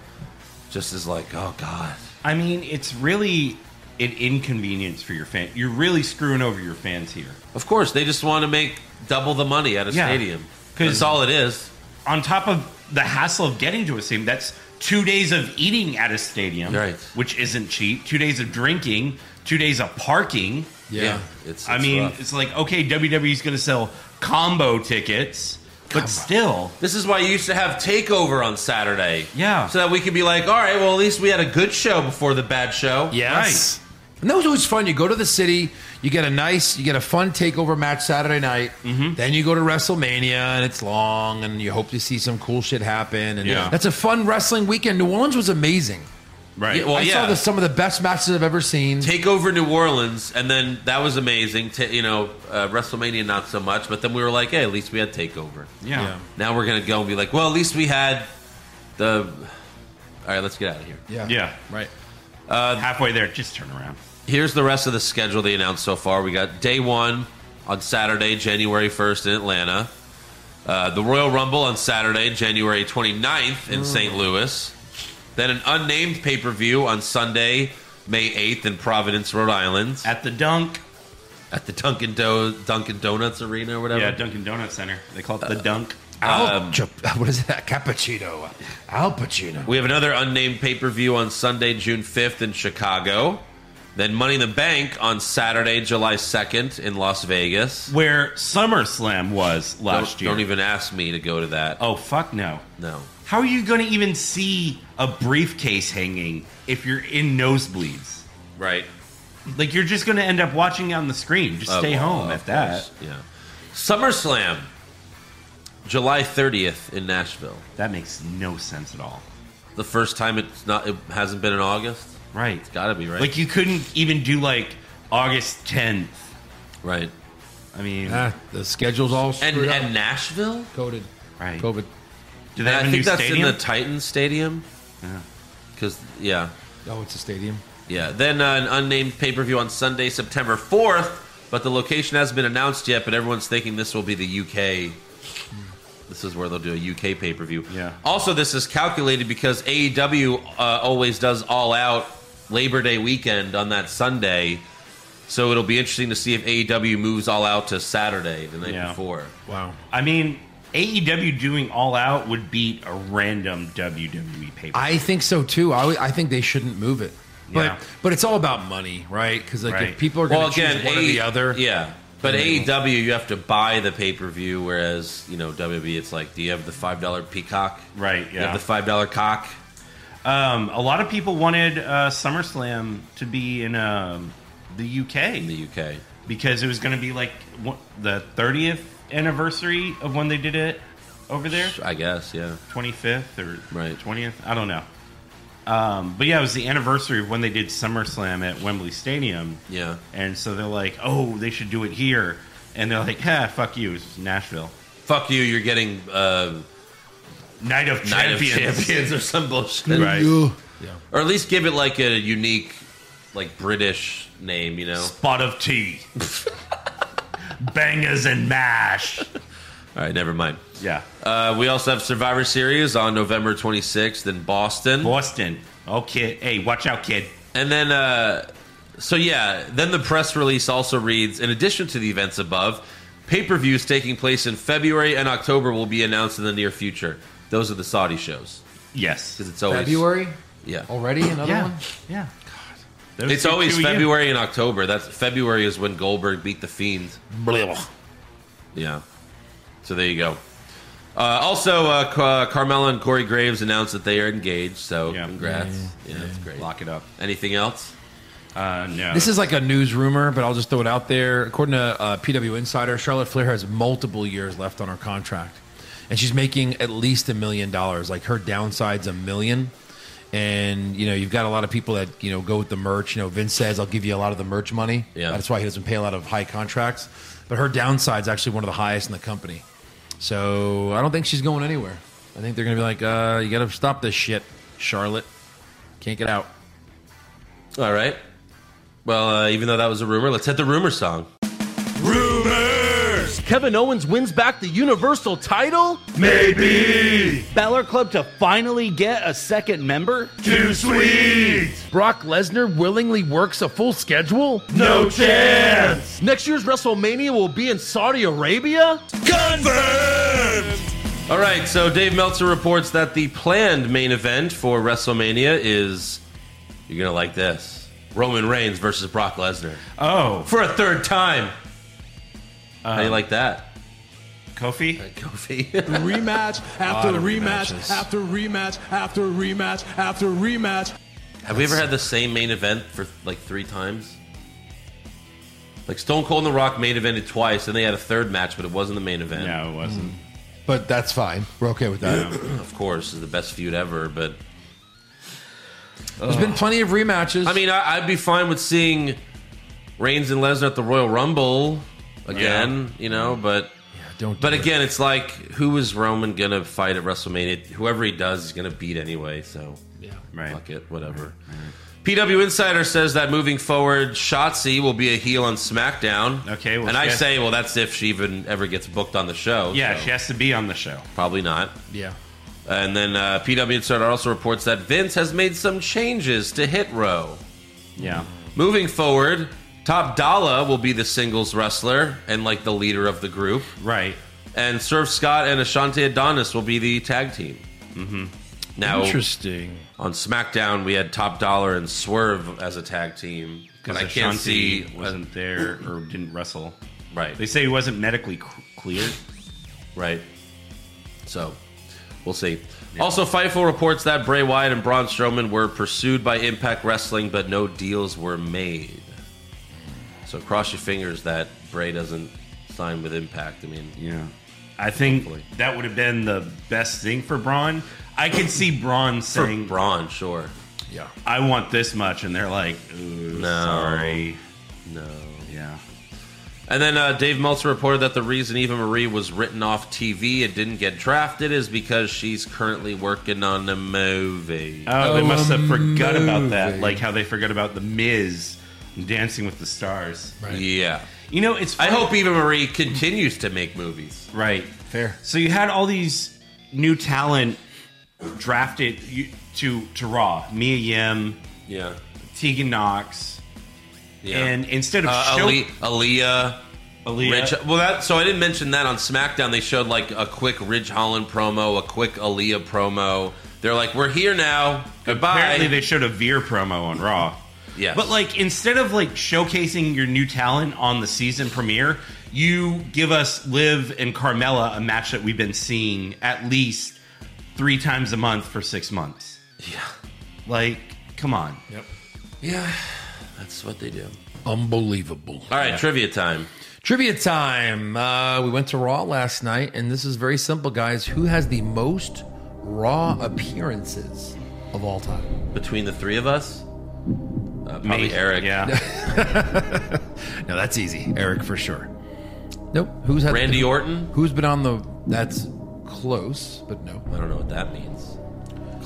Speaker 3: Just is like, oh god,
Speaker 5: I mean, it's really an inconvenience for your fan. You're really screwing over your fans here.
Speaker 3: of course they just want to make double the money at a
Speaker 5: Yeah.
Speaker 3: stadium.
Speaker 5: 'Cause-
Speaker 3: That's all it is.
Speaker 5: On top of the hassle of getting to a stadium, that's two days of eating at a stadium,
Speaker 3: Right.
Speaker 5: Which isn't cheap. Two days of drinking. Two days of parking.
Speaker 4: Yeah.
Speaker 3: it's, it's
Speaker 5: I mean,
Speaker 3: rough.
Speaker 5: it's like okay, WWE's going to sell combo tickets, but still,
Speaker 3: This is why you used to have takeover on Saturday.
Speaker 5: Yeah.
Speaker 3: So that we could be like, all right, well, at least we had a good show before the bad show.
Speaker 4: Yes. And that was always fun. You go to the city, you get a nice, you get a fun takeover match Saturday night.
Speaker 5: Mm-hmm.
Speaker 4: Then you go to WrestleMania, and it's long, and you hope to see some cool shit happen. And
Speaker 5: Yeah.
Speaker 4: that's a fun wrestling weekend. New Orleans was amazing.
Speaker 5: Right.
Speaker 3: Yeah, well,
Speaker 4: I
Speaker 3: yeah.
Speaker 4: saw the, some of the best matches I've ever seen.
Speaker 3: take over New Orleans, and then that was amazing. Ta you know, uh, WrestleMania not so much, but then we were like, hey, at least we had Takeover.
Speaker 5: yeah.
Speaker 3: Now we're gonna go and be like, well, at least we had the. All right, let's get out of here.
Speaker 4: Yeah.
Speaker 5: Yeah.
Speaker 4: Right.
Speaker 5: Uh, Halfway there, just turn around.
Speaker 3: Here's the rest of the schedule they announced so far. We got day one on Saturday, January 1st in Atlanta. Uh, the Royal Rumble on Saturday, January 29th
Speaker 5: Mm.
Speaker 3: in St. Louis. Then an unnamed pay per view on Sunday, May 8th in Providence, Rhode Island, at,
Speaker 5: At the Dunk.
Speaker 3: the Dunkin', Do- Dunkin' Donuts Arena or whatever.
Speaker 5: Yeah, Dunkin' Donut Center. They call it
Speaker 3: Uh,
Speaker 5: the Dunk.
Speaker 4: Al,
Speaker 3: Um,
Speaker 4: Jap- [laughs] what is that? Cappuccino. Al Pacino.
Speaker 3: We have another unnamed pay per view on Sunday, June 5th in Chicago. Then Money in the Bank on Saturday, July 2nd in Las Vegas.
Speaker 5: Where SummerSlam was last
Speaker 3: Don't,
Speaker 5: year.
Speaker 3: don't even ask me to go to that.
Speaker 5: oh, fuck no.
Speaker 3: No.
Speaker 5: How are you going to even see a briefcase hanging if you're in nosebleeds?
Speaker 3: Right.
Speaker 5: Like, you're just going to end up watching it on the screen. Just
Speaker 3: Uh,
Speaker 5: stay
Speaker 3: well,
Speaker 5: home
Speaker 3: of
Speaker 5: at that.
Speaker 3: course, Yeah. SummerSlam, July 30th in Nashville.
Speaker 5: That makes no sense at all.
Speaker 3: The first time it's not, it hasn't been in August.
Speaker 5: Right.
Speaker 3: Gotta be, right?
Speaker 5: Like, you couldn't even do, like, August 10th.
Speaker 3: right.
Speaker 5: I mean,
Speaker 4: Ah, the schedule's all
Speaker 3: And,
Speaker 4: screwed up.
Speaker 3: and Nashville?
Speaker 4: coded.
Speaker 5: right.
Speaker 4: COVID.
Speaker 5: Do
Speaker 3: And
Speaker 5: they
Speaker 3: I
Speaker 5: have a new
Speaker 3: think that's
Speaker 5: stadium?
Speaker 3: in the Titan Stadium.
Speaker 5: Yeah.
Speaker 3: Because, yeah.
Speaker 4: Oh, it's a stadium.
Speaker 3: Yeah, then uh, an unnamed pay per view on Sunday, September 4th, but the location hasn't been announced yet, but everyone's thinking this will be the UK. This is where they'll do a UK pay per view.
Speaker 5: Yeah.
Speaker 3: Also, this is calculated because AEW uh, always does all out Labor Day weekend on that Sunday. So it'll be interesting to see if AEW moves all out to Saturday the night
Speaker 5: Yeah.
Speaker 3: before.
Speaker 4: Wow.
Speaker 5: I mean, AEW doing All Out would beat a random E WWE pay per
Speaker 4: I think so too. I, would- I think they shouldn't move it. But
Speaker 5: Yeah.
Speaker 4: but it's all about money, right? Because like
Speaker 5: Right.
Speaker 4: if people are going to
Speaker 3: Well, again,
Speaker 4: choose one or
Speaker 3: AE
Speaker 4: the other,
Speaker 3: Yeah. But
Speaker 4: And they
Speaker 3: AEW, you have to buy the pay per view, whereas, you know, WWE, it's like, do you have the $5 peacock?
Speaker 5: Right,
Speaker 3: You have
Speaker 5: yeah.
Speaker 3: the $5 cock?
Speaker 5: Um, a lot of people wanted uh, SummerSlam to be in um, the
Speaker 3: in
Speaker 5: UK
Speaker 3: the UK.
Speaker 5: because it was going to be like one- the 30th anniversary of when they did it over there,
Speaker 3: I guess, yeah.
Speaker 5: 25th or
Speaker 3: Right.
Speaker 5: 20th. I don't know. Um, but yeah, it was the anniversary of when they did SummerSlam at Wembley Stadium.
Speaker 3: Yeah.
Speaker 5: And so they're like, oh, they should do it here. And they're like, ha, fuck you, it's Nashville.
Speaker 3: Fuck you, you're getting uh,
Speaker 5: Night of
Speaker 3: Night of
Speaker 5: Champions.
Speaker 3: Champions or some bullshit.
Speaker 5: Right.
Speaker 3: [laughs] Or at least give it like a unique, like British name, you know?
Speaker 5: Spot of
Speaker 3: [laughs]
Speaker 5: tea. Bangers and mash.
Speaker 3: All right, never mind.
Speaker 5: Yeah.
Speaker 3: Uh, we also have Survivor Series on November 26th in Boston.
Speaker 5: Boston. Oh, kid. Hey, watch out, kid.
Speaker 3: And then, uh, so yeah, then the press release also reads In addition to the events above, pay per views taking place in February and October will be announced in the near future. Those are the Saudi shows.
Speaker 5: Yes.
Speaker 3: Because it's always.
Speaker 4: February Oh,
Speaker 3: Yeah.
Speaker 4: already another
Speaker 5: Yeah.
Speaker 4: one.
Speaker 5: Yeah. Those
Speaker 3: It's
Speaker 5: two- E
Speaker 3: always
Speaker 5: two a year.
Speaker 3: February and October. That's February is when Goldberg beat the Fiend. Yeah. So there you go. Uh, also, uh, Ca- Carmella and Corey Graves announced that they are engaged. So
Speaker 5: Yeah.
Speaker 3: congrats. Yeah, that's great.
Speaker 5: Lock it up.
Speaker 3: Anything else?
Speaker 5: Uh, no.
Speaker 4: This is like a news rumor, but I'll just throw it out there. According to uh, PW Insider, Charlotte Flair has multiple years left on her contract, and she's making at least a million dollars. Like her downside's a million, and you know you've got a lot of people that you know go with the merch. You know Vince says I'll give you a lot of the merch money.
Speaker 3: Yeah.
Speaker 4: that's why he doesn't pay a lot of high contracts. But her downside's actually one of the highest in the company. So I don't think she's going anywhere. I think they're gonna be like, uh, you got to stop this shit, Charlotte. Can't get out.
Speaker 3: All right. Well, uh, even though that was a rumor, let's hit the rumor song.
Speaker 7: Kevin Owens wins back the Universal title? Maybe. Balor Club to finally get a second member? Too sweet. Brock Lesnar willingly works a full schedule? No chance. Next year's WrestleMania will be in Saudi Arabia?
Speaker 3: All right. So Dave Meltzer reports that the planned main event for WrestleMania is you're gonna like this: Roman Reigns versus Brock Lesnar
Speaker 5: oh,
Speaker 3: for a third time. Um, How do you like that?
Speaker 5: Kofi.
Speaker 3: Kofi.
Speaker 8: rematch after
Speaker 4: of
Speaker 8: rematch
Speaker 4: rematches.
Speaker 8: after rematch after rematch after rematch.
Speaker 3: Have we ever had the same main event for like three times? Like Stone Cold and The Rock main evented twice, and they had a third match, but it wasn't the main event.
Speaker 5: No, it wasn't.
Speaker 4: But that's fine. We're okay with that.
Speaker 3: Of course, it's the best feud ever, but
Speaker 4: There's been plenty of rematches.
Speaker 3: I mean, I, I'd be fine with seeing Reigns and Lesnar at the Royal Rumble again, you know, but
Speaker 4: don't.
Speaker 3: but
Speaker 4: do it.
Speaker 3: again, it's like who is Roman gonna fight at WrestleMania? Whoever he does, he's gonna beat anyway. So
Speaker 5: Right.
Speaker 3: Hmm. fuck it, whatever. PW Insider says that moving forward, Shotzi will be a heel on SmackDown.
Speaker 5: Okay, well,
Speaker 3: and I
Speaker 5: she has-
Speaker 3: say, well, that's if she even ever gets booked on the show.
Speaker 5: Yeah,
Speaker 3: so
Speaker 5: she has to be on the show.
Speaker 3: probably not.
Speaker 4: yeah.
Speaker 3: And then uh, PW Insider also reports that Vince has made some changes to Hit Row.
Speaker 5: Yeah.
Speaker 3: Moving forward, Top Dollar will be the singles wrestler and like the leader of the group,
Speaker 5: Right.
Speaker 3: and Surf Scott and Ashante Adonis will be the tag team. Mm-hmm. Now
Speaker 4: Interesting.
Speaker 3: on SmackDown, we had Top Dollar and Swerve as a tag team, but
Speaker 5: Because
Speaker 3: I can't see
Speaker 5: wasn't there or didn't wrestle.
Speaker 3: right,
Speaker 5: They say he wasn't medically c- cleared.
Speaker 3: right. So we'll see. Also, Fightful reports that Bray Wyatt and Braun Strowman were pursued by Impact Wrestling, but no deals were made. So cross your fingers that Bray doesn't sign with Impact. I mean,
Speaker 5: Yeah. I think
Speaker 3: Hopefully.
Speaker 5: that would have been the best thing for Braun. I could see Braun
Speaker 3: for
Speaker 5: saying,
Speaker 3: Braun, sure.
Speaker 4: Yeah.
Speaker 5: I want this much. And they're like, Ooh,
Speaker 3: No.
Speaker 5: sorry.
Speaker 3: No.
Speaker 5: Yeah.
Speaker 3: And then uh, Dave Meltzer reported that the reason Eva Marie was written off TV and didn't get drafted is because she's currently working on a movie.
Speaker 5: Oh, they
Speaker 4: Oh,
Speaker 5: must have forgot about that.
Speaker 4: movie.
Speaker 5: Like how they forgot about The Miz and Dancing with the Stars.
Speaker 3: yeah.
Speaker 5: You know, it's.
Speaker 3: I
Speaker 5: funny-
Speaker 3: hope Eva Marie continues to make movies.
Speaker 5: Right.
Speaker 4: Fair.
Speaker 5: So you had all these new talent drafted you- to, to Raw. Mia Yim,
Speaker 3: Yeah.
Speaker 5: Tegan Knox.
Speaker 3: Yeah.
Speaker 5: And instead of
Speaker 3: uh,
Speaker 5: show-
Speaker 3: Ali- Aaliyah,
Speaker 5: Aaliyah-
Speaker 3: Ridge. Well, that so I didn't mention that on SmackDown. They showed like a quick Ridge Holland promo, a quick Aaliyah promo. They're like, "We're here now. Goodbye."
Speaker 5: Apparently, they showed a Veer promo on Raw.
Speaker 3: Yes.
Speaker 5: But like, instead of like showcasing your new talent on the season premiere, you give us Liv and Carmella a match that we've been seeing at least three times a month for six months.
Speaker 3: yeah,
Speaker 5: Like, come on.
Speaker 3: yeah, that's what they do.
Speaker 4: Unbelievable.
Speaker 3: All right, trivia time.
Speaker 4: Trivia time. Uh, we went to Raw last night, and this is very simple, guys. Who has the most Raw appearances of all time?
Speaker 3: between the three of us? Uh, probably
Speaker 5: Me.
Speaker 3: Eric. [laughs]
Speaker 5: Yeah.
Speaker 4: No, that's easy. Eric for sure. Nope. Who's had
Speaker 3: Randy Orton?
Speaker 4: Who's been on the? That's close, but no.
Speaker 3: I don't know what that means.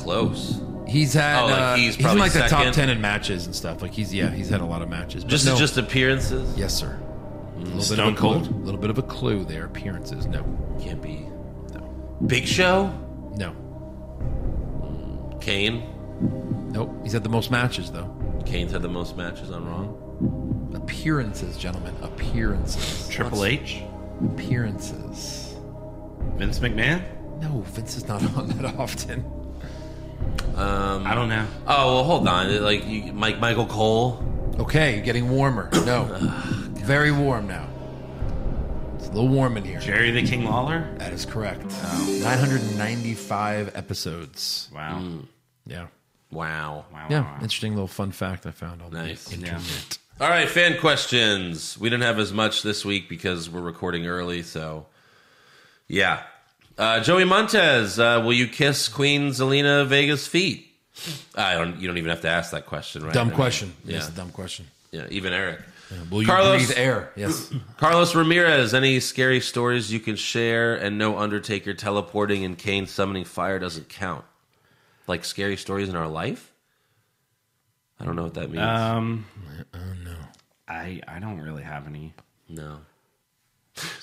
Speaker 3: Close.
Speaker 4: He's had.
Speaker 3: Oh, like,
Speaker 4: uh,
Speaker 3: he's
Speaker 4: he's in
Speaker 3: probably
Speaker 4: like the top
Speaker 3: second.
Speaker 4: ten in matches and stuff. Like he's yeah, he's had a lot of matches. but
Speaker 3: Just
Speaker 4: no.
Speaker 3: just appearances?
Speaker 4: yes, sir. A little bit
Speaker 5: Stone
Speaker 4: of a clue.
Speaker 5: Cold?
Speaker 4: A little bit of a clue there. Appearances. No.
Speaker 3: Can't be. Big Show?
Speaker 4: No.
Speaker 3: Kane?
Speaker 4: Nope. He's had the most matches though.
Speaker 3: Kane's had the most matches on Raw.
Speaker 4: Appearances, gentlemen. Appearances.
Speaker 5: Triple H,
Speaker 4: Appearances.
Speaker 5: Vince McMahon.
Speaker 4: No, Vince is not [laughs] on that often.
Speaker 5: I don't know.
Speaker 3: Oh well, hold on. It- Like you, Mike Michael Cole.
Speaker 4: Okay, you're getting warmer. No. Very warm now. It's a little warm in here.
Speaker 5: Jerry the King Lawler.
Speaker 4: That is correct. 995 episodes.
Speaker 5: Wow.
Speaker 4: Yeah.
Speaker 3: Wow.
Speaker 5: Wow.
Speaker 4: Yeah.
Speaker 5: wow, wow.
Speaker 4: Interesting little fun fact I found on
Speaker 3: Nice.
Speaker 4: the internet.
Speaker 3: All right, fan questions. We didn't have as much this week because we're recording early, so yeah. Uh, Joey Montez, uh, will you kiss Queen Zelina Vega's feet? I don't. You don't even have to ask that question, right? I
Speaker 4: Dumb
Speaker 3: mean,
Speaker 4: question.
Speaker 3: Yeah.
Speaker 4: Yes, a dumb question.
Speaker 3: Yeah, even Eric.
Speaker 4: Will you
Speaker 3: Carlos-
Speaker 4: breathe air? Yes.
Speaker 3: Carlos Ramirez, any scary stories you can share and no Undertaker teleporting and Kane summoning fire doesn't count? Like scary stories in our life? I don't know what that means.
Speaker 5: Um. Oh no. I I don't really have any.
Speaker 3: no.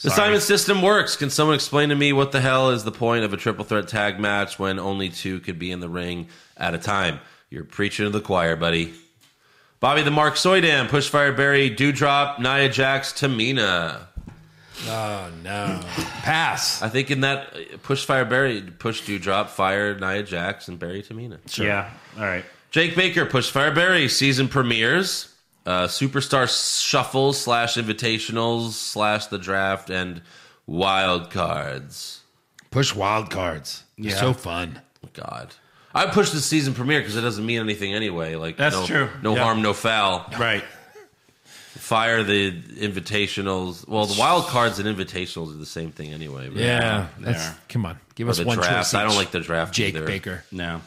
Speaker 3: The Simon system works. Can someone explain to me what the hell is the point of a triple threat tag match when only two could be in the ring at a time? You're preaching to the choir, buddy. Bobby the Mark Soydam, Pushfire Barry, Dewdrop, Nia Jax, Tamina.
Speaker 4: Oh, no. Pass.
Speaker 3: I think in that uh, push fire Barry, push Dewdrop, fire Nia Jax, and Barry Tamina.
Speaker 5: Yeah. All right.
Speaker 3: Jake Baker, push fire Barry, season premieres, uh, superstar shuffle slash invitationals slash the draft and wild cards.
Speaker 4: Push wild cards. They're
Speaker 5: Yeah.
Speaker 4: So fun.
Speaker 3: God, I pushed the season premiere because it doesn't mean anything anyway. Like
Speaker 5: That's
Speaker 3: no,
Speaker 5: true.
Speaker 3: No
Speaker 5: Yeah.
Speaker 3: harm, no foul.
Speaker 5: Right.
Speaker 3: Fire the invitationals. Well, the wild cards and invitationals are the same thing anyway. but-
Speaker 4: Yeah. That's,
Speaker 5: Yeah.
Speaker 4: come on. Give
Speaker 3: Or
Speaker 4: us
Speaker 3: the
Speaker 4: one
Speaker 3: draft.
Speaker 4: choice.
Speaker 3: I don't
Speaker 4: each.
Speaker 3: like the draft.
Speaker 4: Jake
Speaker 3: either.
Speaker 4: Baker.
Speaker 5: No.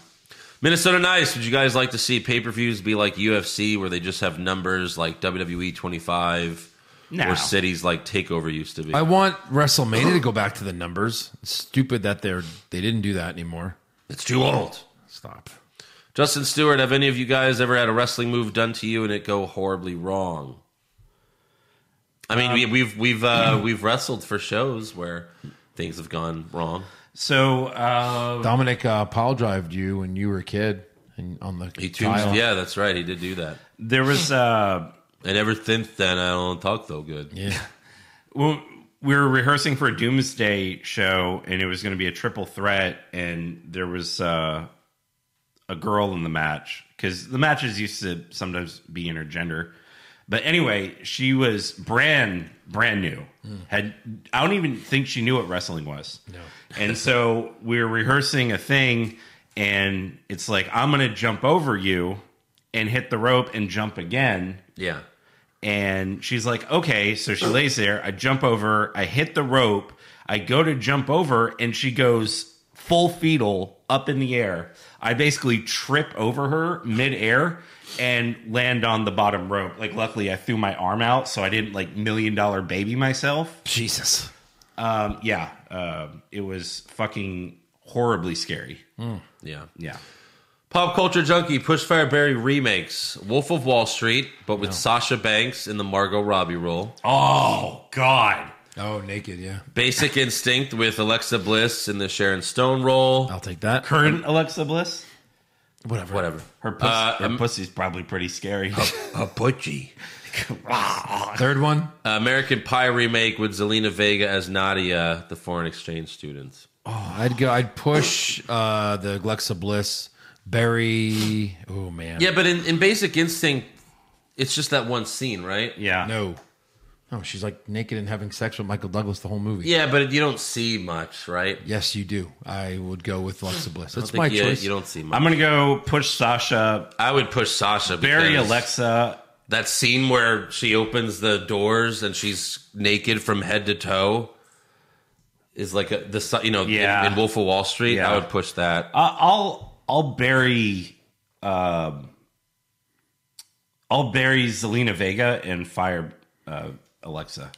Speaker 3: Minnesota Nice, would you guys like to see pay per views be like UFC where they just have numbers like WWE 25
Speaker 5: No.
Speaker 3: or cities like TakeOver used to be?
Speaker 4: I want WrestleMania to go back to the numbers. It's stupid that they're they didn't do that anymore.
Speaker 3: it's too old.
Speaker 4: Stop.
Speaker 3: Justin Stewart, have any of you guys ever had a wrestling move done to you and it go horribly wrong? I mean,
Speaker 4: Um,
Speaker 3: we, we've we've uh, we've wrestled for shows where things have gone wrong.
Speaker 5: So uh,
Speaker 4: Dominic uh, pile drived you when you were a kid and on the
Speaker 3: He
Speaker 4: tile.
Speaker 3: tombs, yeah, that's right. He did do that.
Speaker 5: there was uh,
Speaker 3: And ever since then, I don't talk so good.
Speaker 4: Yeah.
Speaker 5: Well, we were rehearsing for a Doomsday show, and it was going to be a triple threat, and there was uh, a girl in the match because the matches used to sometimes be intergender. But anyway, she was brand brand new. Had I don't even think she knew what wrestling was. No. and so we were rehearsing a thing, and it's like I'm going to jump over you and hit the rope and jump again
Speaker 3: Yeah.
Speaker 5: and she's like, okay. So she lays there. I jump over. I hit the rope. I go to jump over, and she goes full fetal up in the air. I basically trip over her midair and land on the bottom rope. Like, luckily, I threw my arm out, so I didn't like million dollar baby myself.
Speaker 4: Jesus.
Speaker 5: Um, yeah, um, it was fucking horribly scary.
Speaker 3: Yeah.
Speaker 5: Yeah.
Speaker 3: Pop culture junkie, Pushfire Barry remakes Wolf of Wall Street, but with Sasha Banks in the Margot Robbie role.
Speaker 5: Oh God.
Speaker 4: Oh, naked. Yeah.
Speaker 3: Basic Instinct with Alexa Bliss in the Sharon Stone role.
Speaker 4: I'll take that.
Speaker 5: Current Alexa Bliss.
Speaker 4: Whatever.
Speaker 3: Whatever.
Speaker 5: Her, pussy,
Speaker 3: Uh,
Speaker 5: her
Speaker 3: um,
Speaker 5: pussy's probably pretty scary.
Speaker 3: A butchie.
Speaker 4: Third one.
Speaker 3: American Pie remake with Zelina Vega as Nadia, the foreign exchange student.
Speaker 4: Oh, I'd go. I'd push uh, the Glexa Bliss. Barry. Oh man.
Speaker 3: Yeah, but in, in Basic Instinct, it's just that one scene, right?
Speaker 5: [laughs] Yeah.
Speaker 4: No. Oh, she's like naked and having sex with Michael Douglas the whole movie.
Speaker 3: Yeah, but you don't see much, right? I
Speaker 4: Yes, you do. I would go with Glexa Bliss. That's
Speaker 3: think
Speaker 4: my
Speaker 3: you,
Speaker 4: choice.
Speaker 3: you don't see much.
Speaker 5: I'm gonna go push Sasha,
Speaker 3: I would push Sasha.
Speaker 5: bury
Speaker 3: because
Speaker 5: Alexa.
Speaker 3: That scene where she opens the doors and she's naked from head to toe is like a, the si- you know
Speaker 5: Yeah.
Speaker 3: in, in Wolf of Wall Street.
Speaker 5: Yeah.
Speaker 3: I would push that.
Speaker 5: I- I'll I'll bury um, I'll bury Zelina Vega and fire uh, Alexa.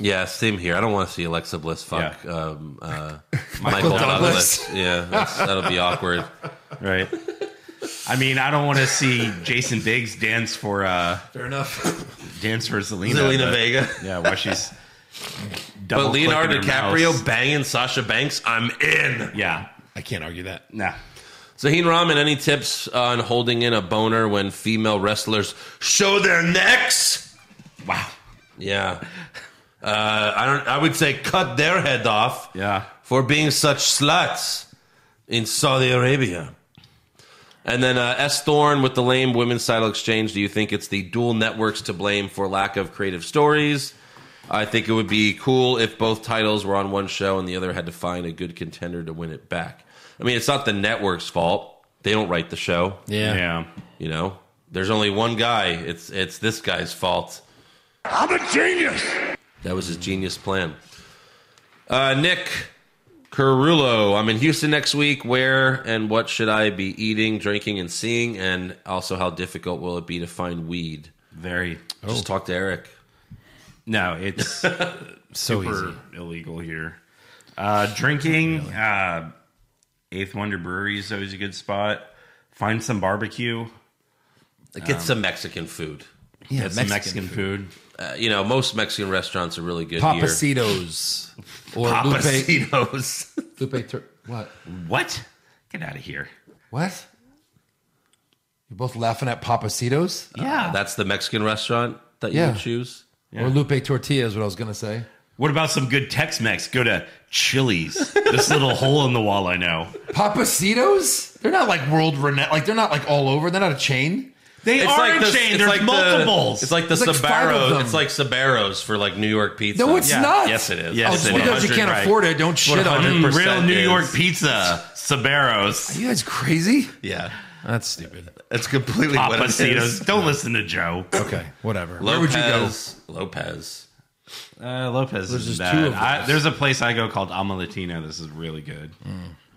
Speaker 3: Yeah, same here. I don't want to see Alexa Bliss fuck
Speaker 5: Yeah.
Speaker 3: um,
Speaker 5: [laughs]
Speaker 3: uh, Michael,
Speaker 4: Douglas.
Speaker 3: Douglas. Yeah, that's, that'll be
Speaker 5: [laughs]
Speaker 3: awkward.
Speaker 5: Right. I mean, I don't want to see Jason Biggs dance for uh,
Speaker 4: Fair enough.
Speaker 5: [laughs] dance for Zelina.
Speaker 3: Zelina
Speaker 5: but-
Speaker 3: Vega.
Speaker 5: Yeah, while she's
Speaker 3: But
Speaker 5: double
Speaker 3: Leonardo
Speaker 5: clicking her
Speaker 3: DiCaprio
Speaker 5: mouse.
Speaker 3: banging Sasha Banks, I'm in.
Speaker 5: Yeah.
Speaker 4: I can't argue that.
Speaker 5: Nah.
Speaker 3: Zaheen Rahman, any tips on holding in a boner when female wrestlers show their necks?
Speaker 5: Wow.
Speaker 3: Yeah. Uh, I don't. I would say cut their head off
Speaker 5: Yeah.
Speaker 3: for being such sluts in Saudi Arabia. And then uh, S. Thorne with the lame women's title exchange. Do you think it's the dual networks to blame for lack of creative stories? I think it would be cool if both titles were on one show and the other had to find a good contender to win it back. I mean, it's not the network's fault. They don't write the show,
Speaker 4: Yeah.
Speaker 5: Yeah.
Speaker 3: you know. There's only one guy. It's it's this guy's fault.
Speaker 1: I'm a genius.
Speaker 3: That was his genius plan. Uh, Nick Carullo, I'm in Houston next week. Where and what should I be eating, drinking, and seeing? And also, how difficult will it be to find weed?
Speaker 5: Very.
Speaker 3: Just talk to Eric.
Speaker 5: No, it's.
Speaker 4: So
Speaker 5: [laughs] super
Speaker 4: easy.
Speaker 5: illegal here. Uh, drinking, uh, Eighth Wonder Brewery is always a good spot. Find some barbecue,
Speaker 3: Get some Mexican food.
Speaker 4: Yeah.
Speaker 5: get some Mexican food.
Speaker 3: Uh, you know, most Mexican restaurants are really good here.
Speaker 4: Papacitos. Or Lupe.
Speaker 5: [laughs]
Speaker 3: Papacitos.
Speaker 4: Lupe. Tur- what?
Speaker 5: What? Get out of here.
Speaker 4: What? You're both laughing at Papacitos
Speaker 5: Yeah.
Speaker 3: That's the Mexican restaurant that you
Speaker 4: Yeah.
Speaker 3: would choose.
Speaker 4: or Lupe Tortilla is what I was gonna say.
Speaker 5: what about some good Tex Mex? Go to Chili's, this [laughs] little hole in the wall I know.
Speaker 4: Papacitos? They're not like world renowned. Like they're not like all over. They're not a chain.
Speaker 5: They are a
Speaker 3: the-
Speaker 5: chain.
Speaker 3: it's
Speaker 5: There's
Speaker 3: like the-
Speaker 5: multiples.
Speaker 3: it's like the
Speaker 4: There's like five of
Speaker 3: Sabaros.
Speaker 4: them.
Speaker 3: It's like Sabaros for like New York pizza.
Speaker 4: No, it's
Speaker 5: Yeah.
Speaker 4: not.
Speaker 3: Yes, it is.
Speaker 5: Yes,
Speaker 4: Oh,
Speaker 5: it
Speaker 4: it's
Speaker 5: is.
Speaker 4: because you can't
Speaker 3: Right.
Speaker 4: afford it. Don't shit on it.
Speaker 3: 100.
Speaker 5: Mm, real New
Speaker 3: is.
Speaker 5: York pizza, Sabaros,
Speaker 4: You guys crazy?
Speaker 3: Yeah,
Speaker 4: That's stupid.
Speaker 3: that's completely what it is.
Speaker 5: Papacitos. Don't listen to Joe.
Speaker 4: Okay, whatever. Where would
Speaker 3: Lopez,
Speaker 4: you go?
Speaker 3: Lopez.
Speaker 5: Uh, Lopez
Speaker 4: There's
Speaker 5: is
Speaker 4: just two
Speaker 5: bad.
Speaker 4: of
Speaker 5: I,
Speaker 4: those. Mm.
Speaker 5: there's a place I go called Ama Latina. This is really good.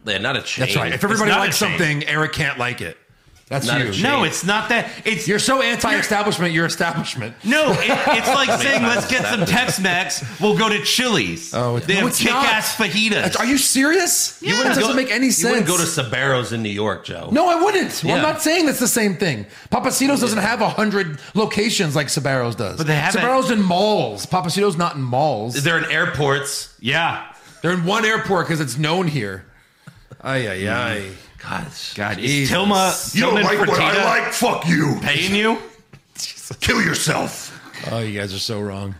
Speaker 3: Yeah, not a chain.
Speaker 4: That's right. If
Speaker 3: It's
Speaker 4: everybody
Speaker 5: not a
Speaker 4: likes
Speaker 5: chain.
Speaker 4: something, Eric can't like it. That's
Speaker 3: Not a
Speaker 4: you.
Speaker 3: chain.
Speaker 5: No, it's not that. It's
Speaker 4: You're so anti-establishment. You're establishment.
Speaker 5: No, it,
Speaker 4: [laughs]
Speaker 5: it's like saying,
Speaker 3: times
Speaker 5: let's get some Tex-Mex. We'll go to Chili's.
Speaker 4: Oh, it's-
Speaker 5: they
Speaker 4: no,
Speaker 5: have
Speaker 4: it's
Speaker 5: kick-ass
Speaker 4: not.
Speaker 5: fajitas.
Speaker 4: Are you serious?
Speaker 5: You
Speaker 4: That
Speaker 5: wouldn't
Speaker 4: doesn't
Speaker 5: go-
Speaker 4: make any sense.
Speaker 3: You wouldn't go to Sabaros in New York, Joe.
Speaker 4: No, I wouldn't. Well, I'm
Speaker 3: Yeah.
Speaker 4: not saying that's the same thing. Papacito's doesn't have a hundred locations like Sabaros does.
Speaker 5: But they have it.
Speaker 4: Sabaros in malls. Papacito's not in malls.
Speaker 3: They're in airports.
Speaker 5: Yeah.
Speaker 4: They're in one airport because it's known here. Mm. Ay ay ay.
Speaker 3: God,
Speaker 5: God, is
Speaker 4: Jesus.
Speaker 5: Tilma,
Speaker 1: You
Speaker 5: Tilma
Speaker 1: don't
Speaker 5: and
Speaker 1: like what I
Speaker 5: Fertitta
Speaker 1: like? Fuck you.
Speaker 5: paying you?
Speaker 1: [laughs] Kill yourself.
Speaker 4: Oh, you guys are so wrong.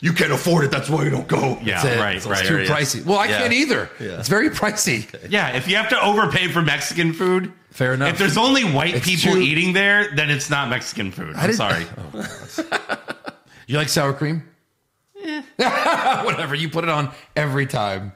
Speaker 1: You can't afford it. That's why you don't go.
Speaker 5: Yeah,
Speaker 4: That's it.
Speaker 5: right,
Speaker 4: It's
Speaker 5: right.
Speaker 4: too
Speaker 3: right.
Speaker 4: pricey. Well, I
Speaker 3: Yeah.
Speaker 4: can't either. It's very pricey.
Speaker 5: Yeah, if you have to overpay for Mexican food,
Speaker 4: Fair enough.
Speaker 5: If there's only white
Speaker 4: It's
Speaker 5: people
Speaker 4: too-
Speaker 5: eating there, then it's not Mexican food. I'm
Speaker 4: didn't- Oh,
Speaker 5: sorry.
Speaker 4: You like sour cream?
Speaker 5: Eh.
Speaker 4: [laughs] Whatever. You put it on every time.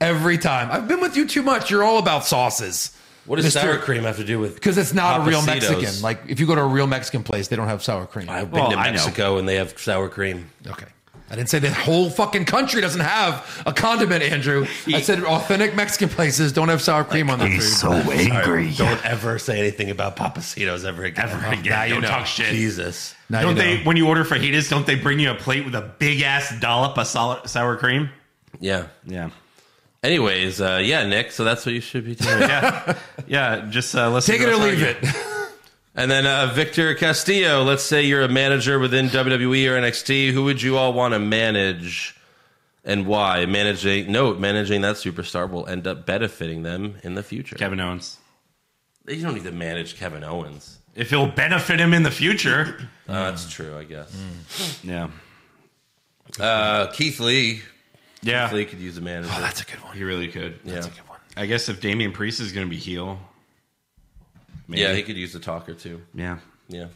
Speaker 4: Every time. I've been with you too much. You're all about sauces.
Speaker 3: What does
Speaker 4: Mr.
Speaker 3: sour cream have to do with?
Speaker 4: Because it's not a real
Speaker 3: Papacito's?
Speaker 4: Mexican. Like if you go to a real Mexican place, they don't have sour cream.
Speaker 3: I've been
Speaker 5: Well,
Speaker 3: to
Speaker 5: I know.
Speaker 3: Mexico and they have sour cream.
Speaker 4: Okay. I didn't say the whole fucking country doesn't have a condiment, Andrew. I said authentic Mexican places don't have sour cream on their food.
Speaker 1: angry.
Speaker 3: Don't ever say anything about Papacitos ever again. Oh,
Speaker 5: Ever again.
Speaker 4: now you
Speaker 5: Don't
Speaker 4: know.
Speaker 5: talk shit.
Speaker 3: Jesus.
Speaker 4: Now you
Speaker 5: don't
Speaker 4: know.
Speaker 5: they, when you order fajitas, don't they bring you a plate with a big ass dollop of sol- sour cream?
Speaker 3: Yeah.
Speaker 5: Yeah.
Speaker 3: Anyways, uh, yeah, Nick. So that's what you should be doing.
Speaker 5: Yeah. yeah. Just uh, listen
Speaker 4: Take
Speaker 5: to
Speaker 4: it or
Speaker 5: us
Speaker 4: leave
Speaker 5: argue.
Speaker 4: it.
Speaker 3: And then uh, Victor Castillo, let's say you're a manager within WWE or NXT, who would you all want to manage and why? Managing note, managing that superstar will end up benefiting them in the future.
Speaker 5: Kevin Owens.
Speaker 3: You don't need to manage Kevin Owens.
Speaker 5: If it'll benefit him in the future.
Speaker 3: Uh, That's true, I guess.
Speaker 5: Yeah.
Speaker 3: Uh, Keith Lee.
Speaker 5: Yeah.
Speaker 3: Keith Lee could use a manager.
Speaker 4: Oh, That's a good one.
Speaker 5: He really could.
Speaker 3: yeah.
Speaker 5: I guess if Damian Priest is going to be heel. maybe.
Speaker 3: yeah, he could use a talker too.
Speaker 5: Yeah.
Speaker 3: Yeah.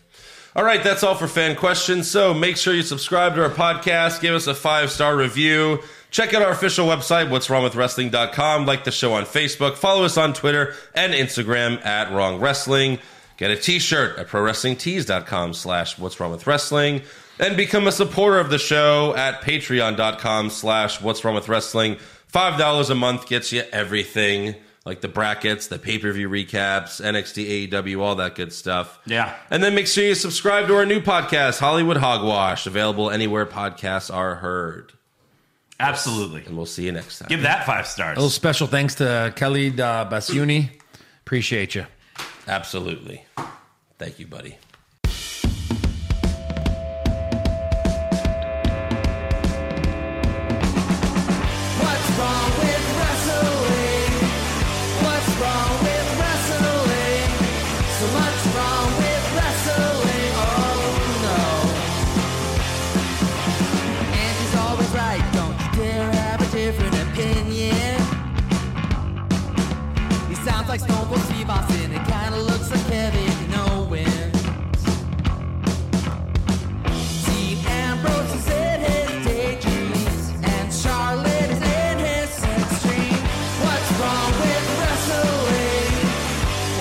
Speaker 3: All right, that's all for fan questions. So make sure you subscribe to our podcast, give us a five star review, check out our official website, what's wrong with wrestling.com, like the show on Facebook, follow us on Twitter and Instagram at Wrong Wrestling. Get a t shirt at prowrestlingtees.com slash what's wrong with wrestling and become a supporter of the show at patreon.com slash what's wrong with wrestling. $5 a month gets you everything like the brackets, the pay per view recaps, NXT, AEW, E all that good stuff.
Speaker 5: Yeah.
Speaker 3: And then make sure you subscribe to our new podcast, Hollywood Hogwash, available anywhere podcasts are heard.
Speaker 5: Absolutely.
Speaker 3: And we'll see you next time.
Speaker 5: Give that five stars.
Speaker 4: A little special thanks to Kelly uh, Basuni. Appreciate you.
Speaker 3: Absolutely. Thank you, buddy.
Speaker 9: What's wrong with wrestling? What's wrong with wrestling? So much wrong with wrestling. Oh no. And she's always right. Don't you dare have a different opinion. He sounds like Stone Cold Steve Austin. It kinda looks like Kevin Owens. Dean Ambrose is in his daydreams, and Charlotte is in his sex dream. What's wrong with wrestling?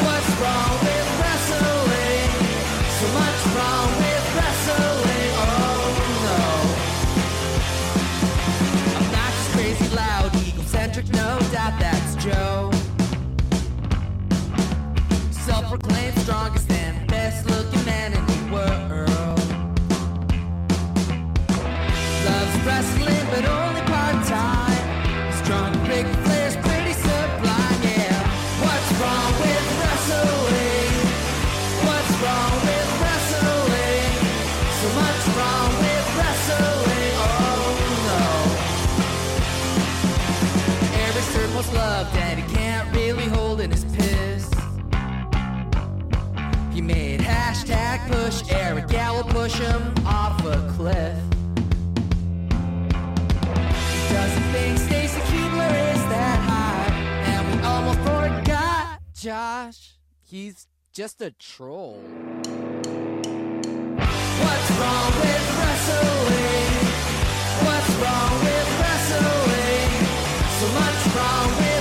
Speaker 9: What's wrong with wrestling? So much wrong with wrestling. Oh no. Obnoxious, crazy, loud, egocentric, no doubt that's Joe. Self-proclaimed strongest and best-looking man in the world. Loves wrestling, but only part-time. Strong, big players, pretty sublime, yeah. What's wrong with wrestling? What's wrong with wrestling? So much wrong with wrestling. Oh no. Every circle's love that he can't really hold in his piss. He made hashtag push Eric Gallo push him off a cliff. He doesn't think Stacy Keebler is that hot, and we almost forgot Josh. He's just a troll. What's wrong with wrestling? What's wrong with Oh, wrestling? So much wrong with Oh,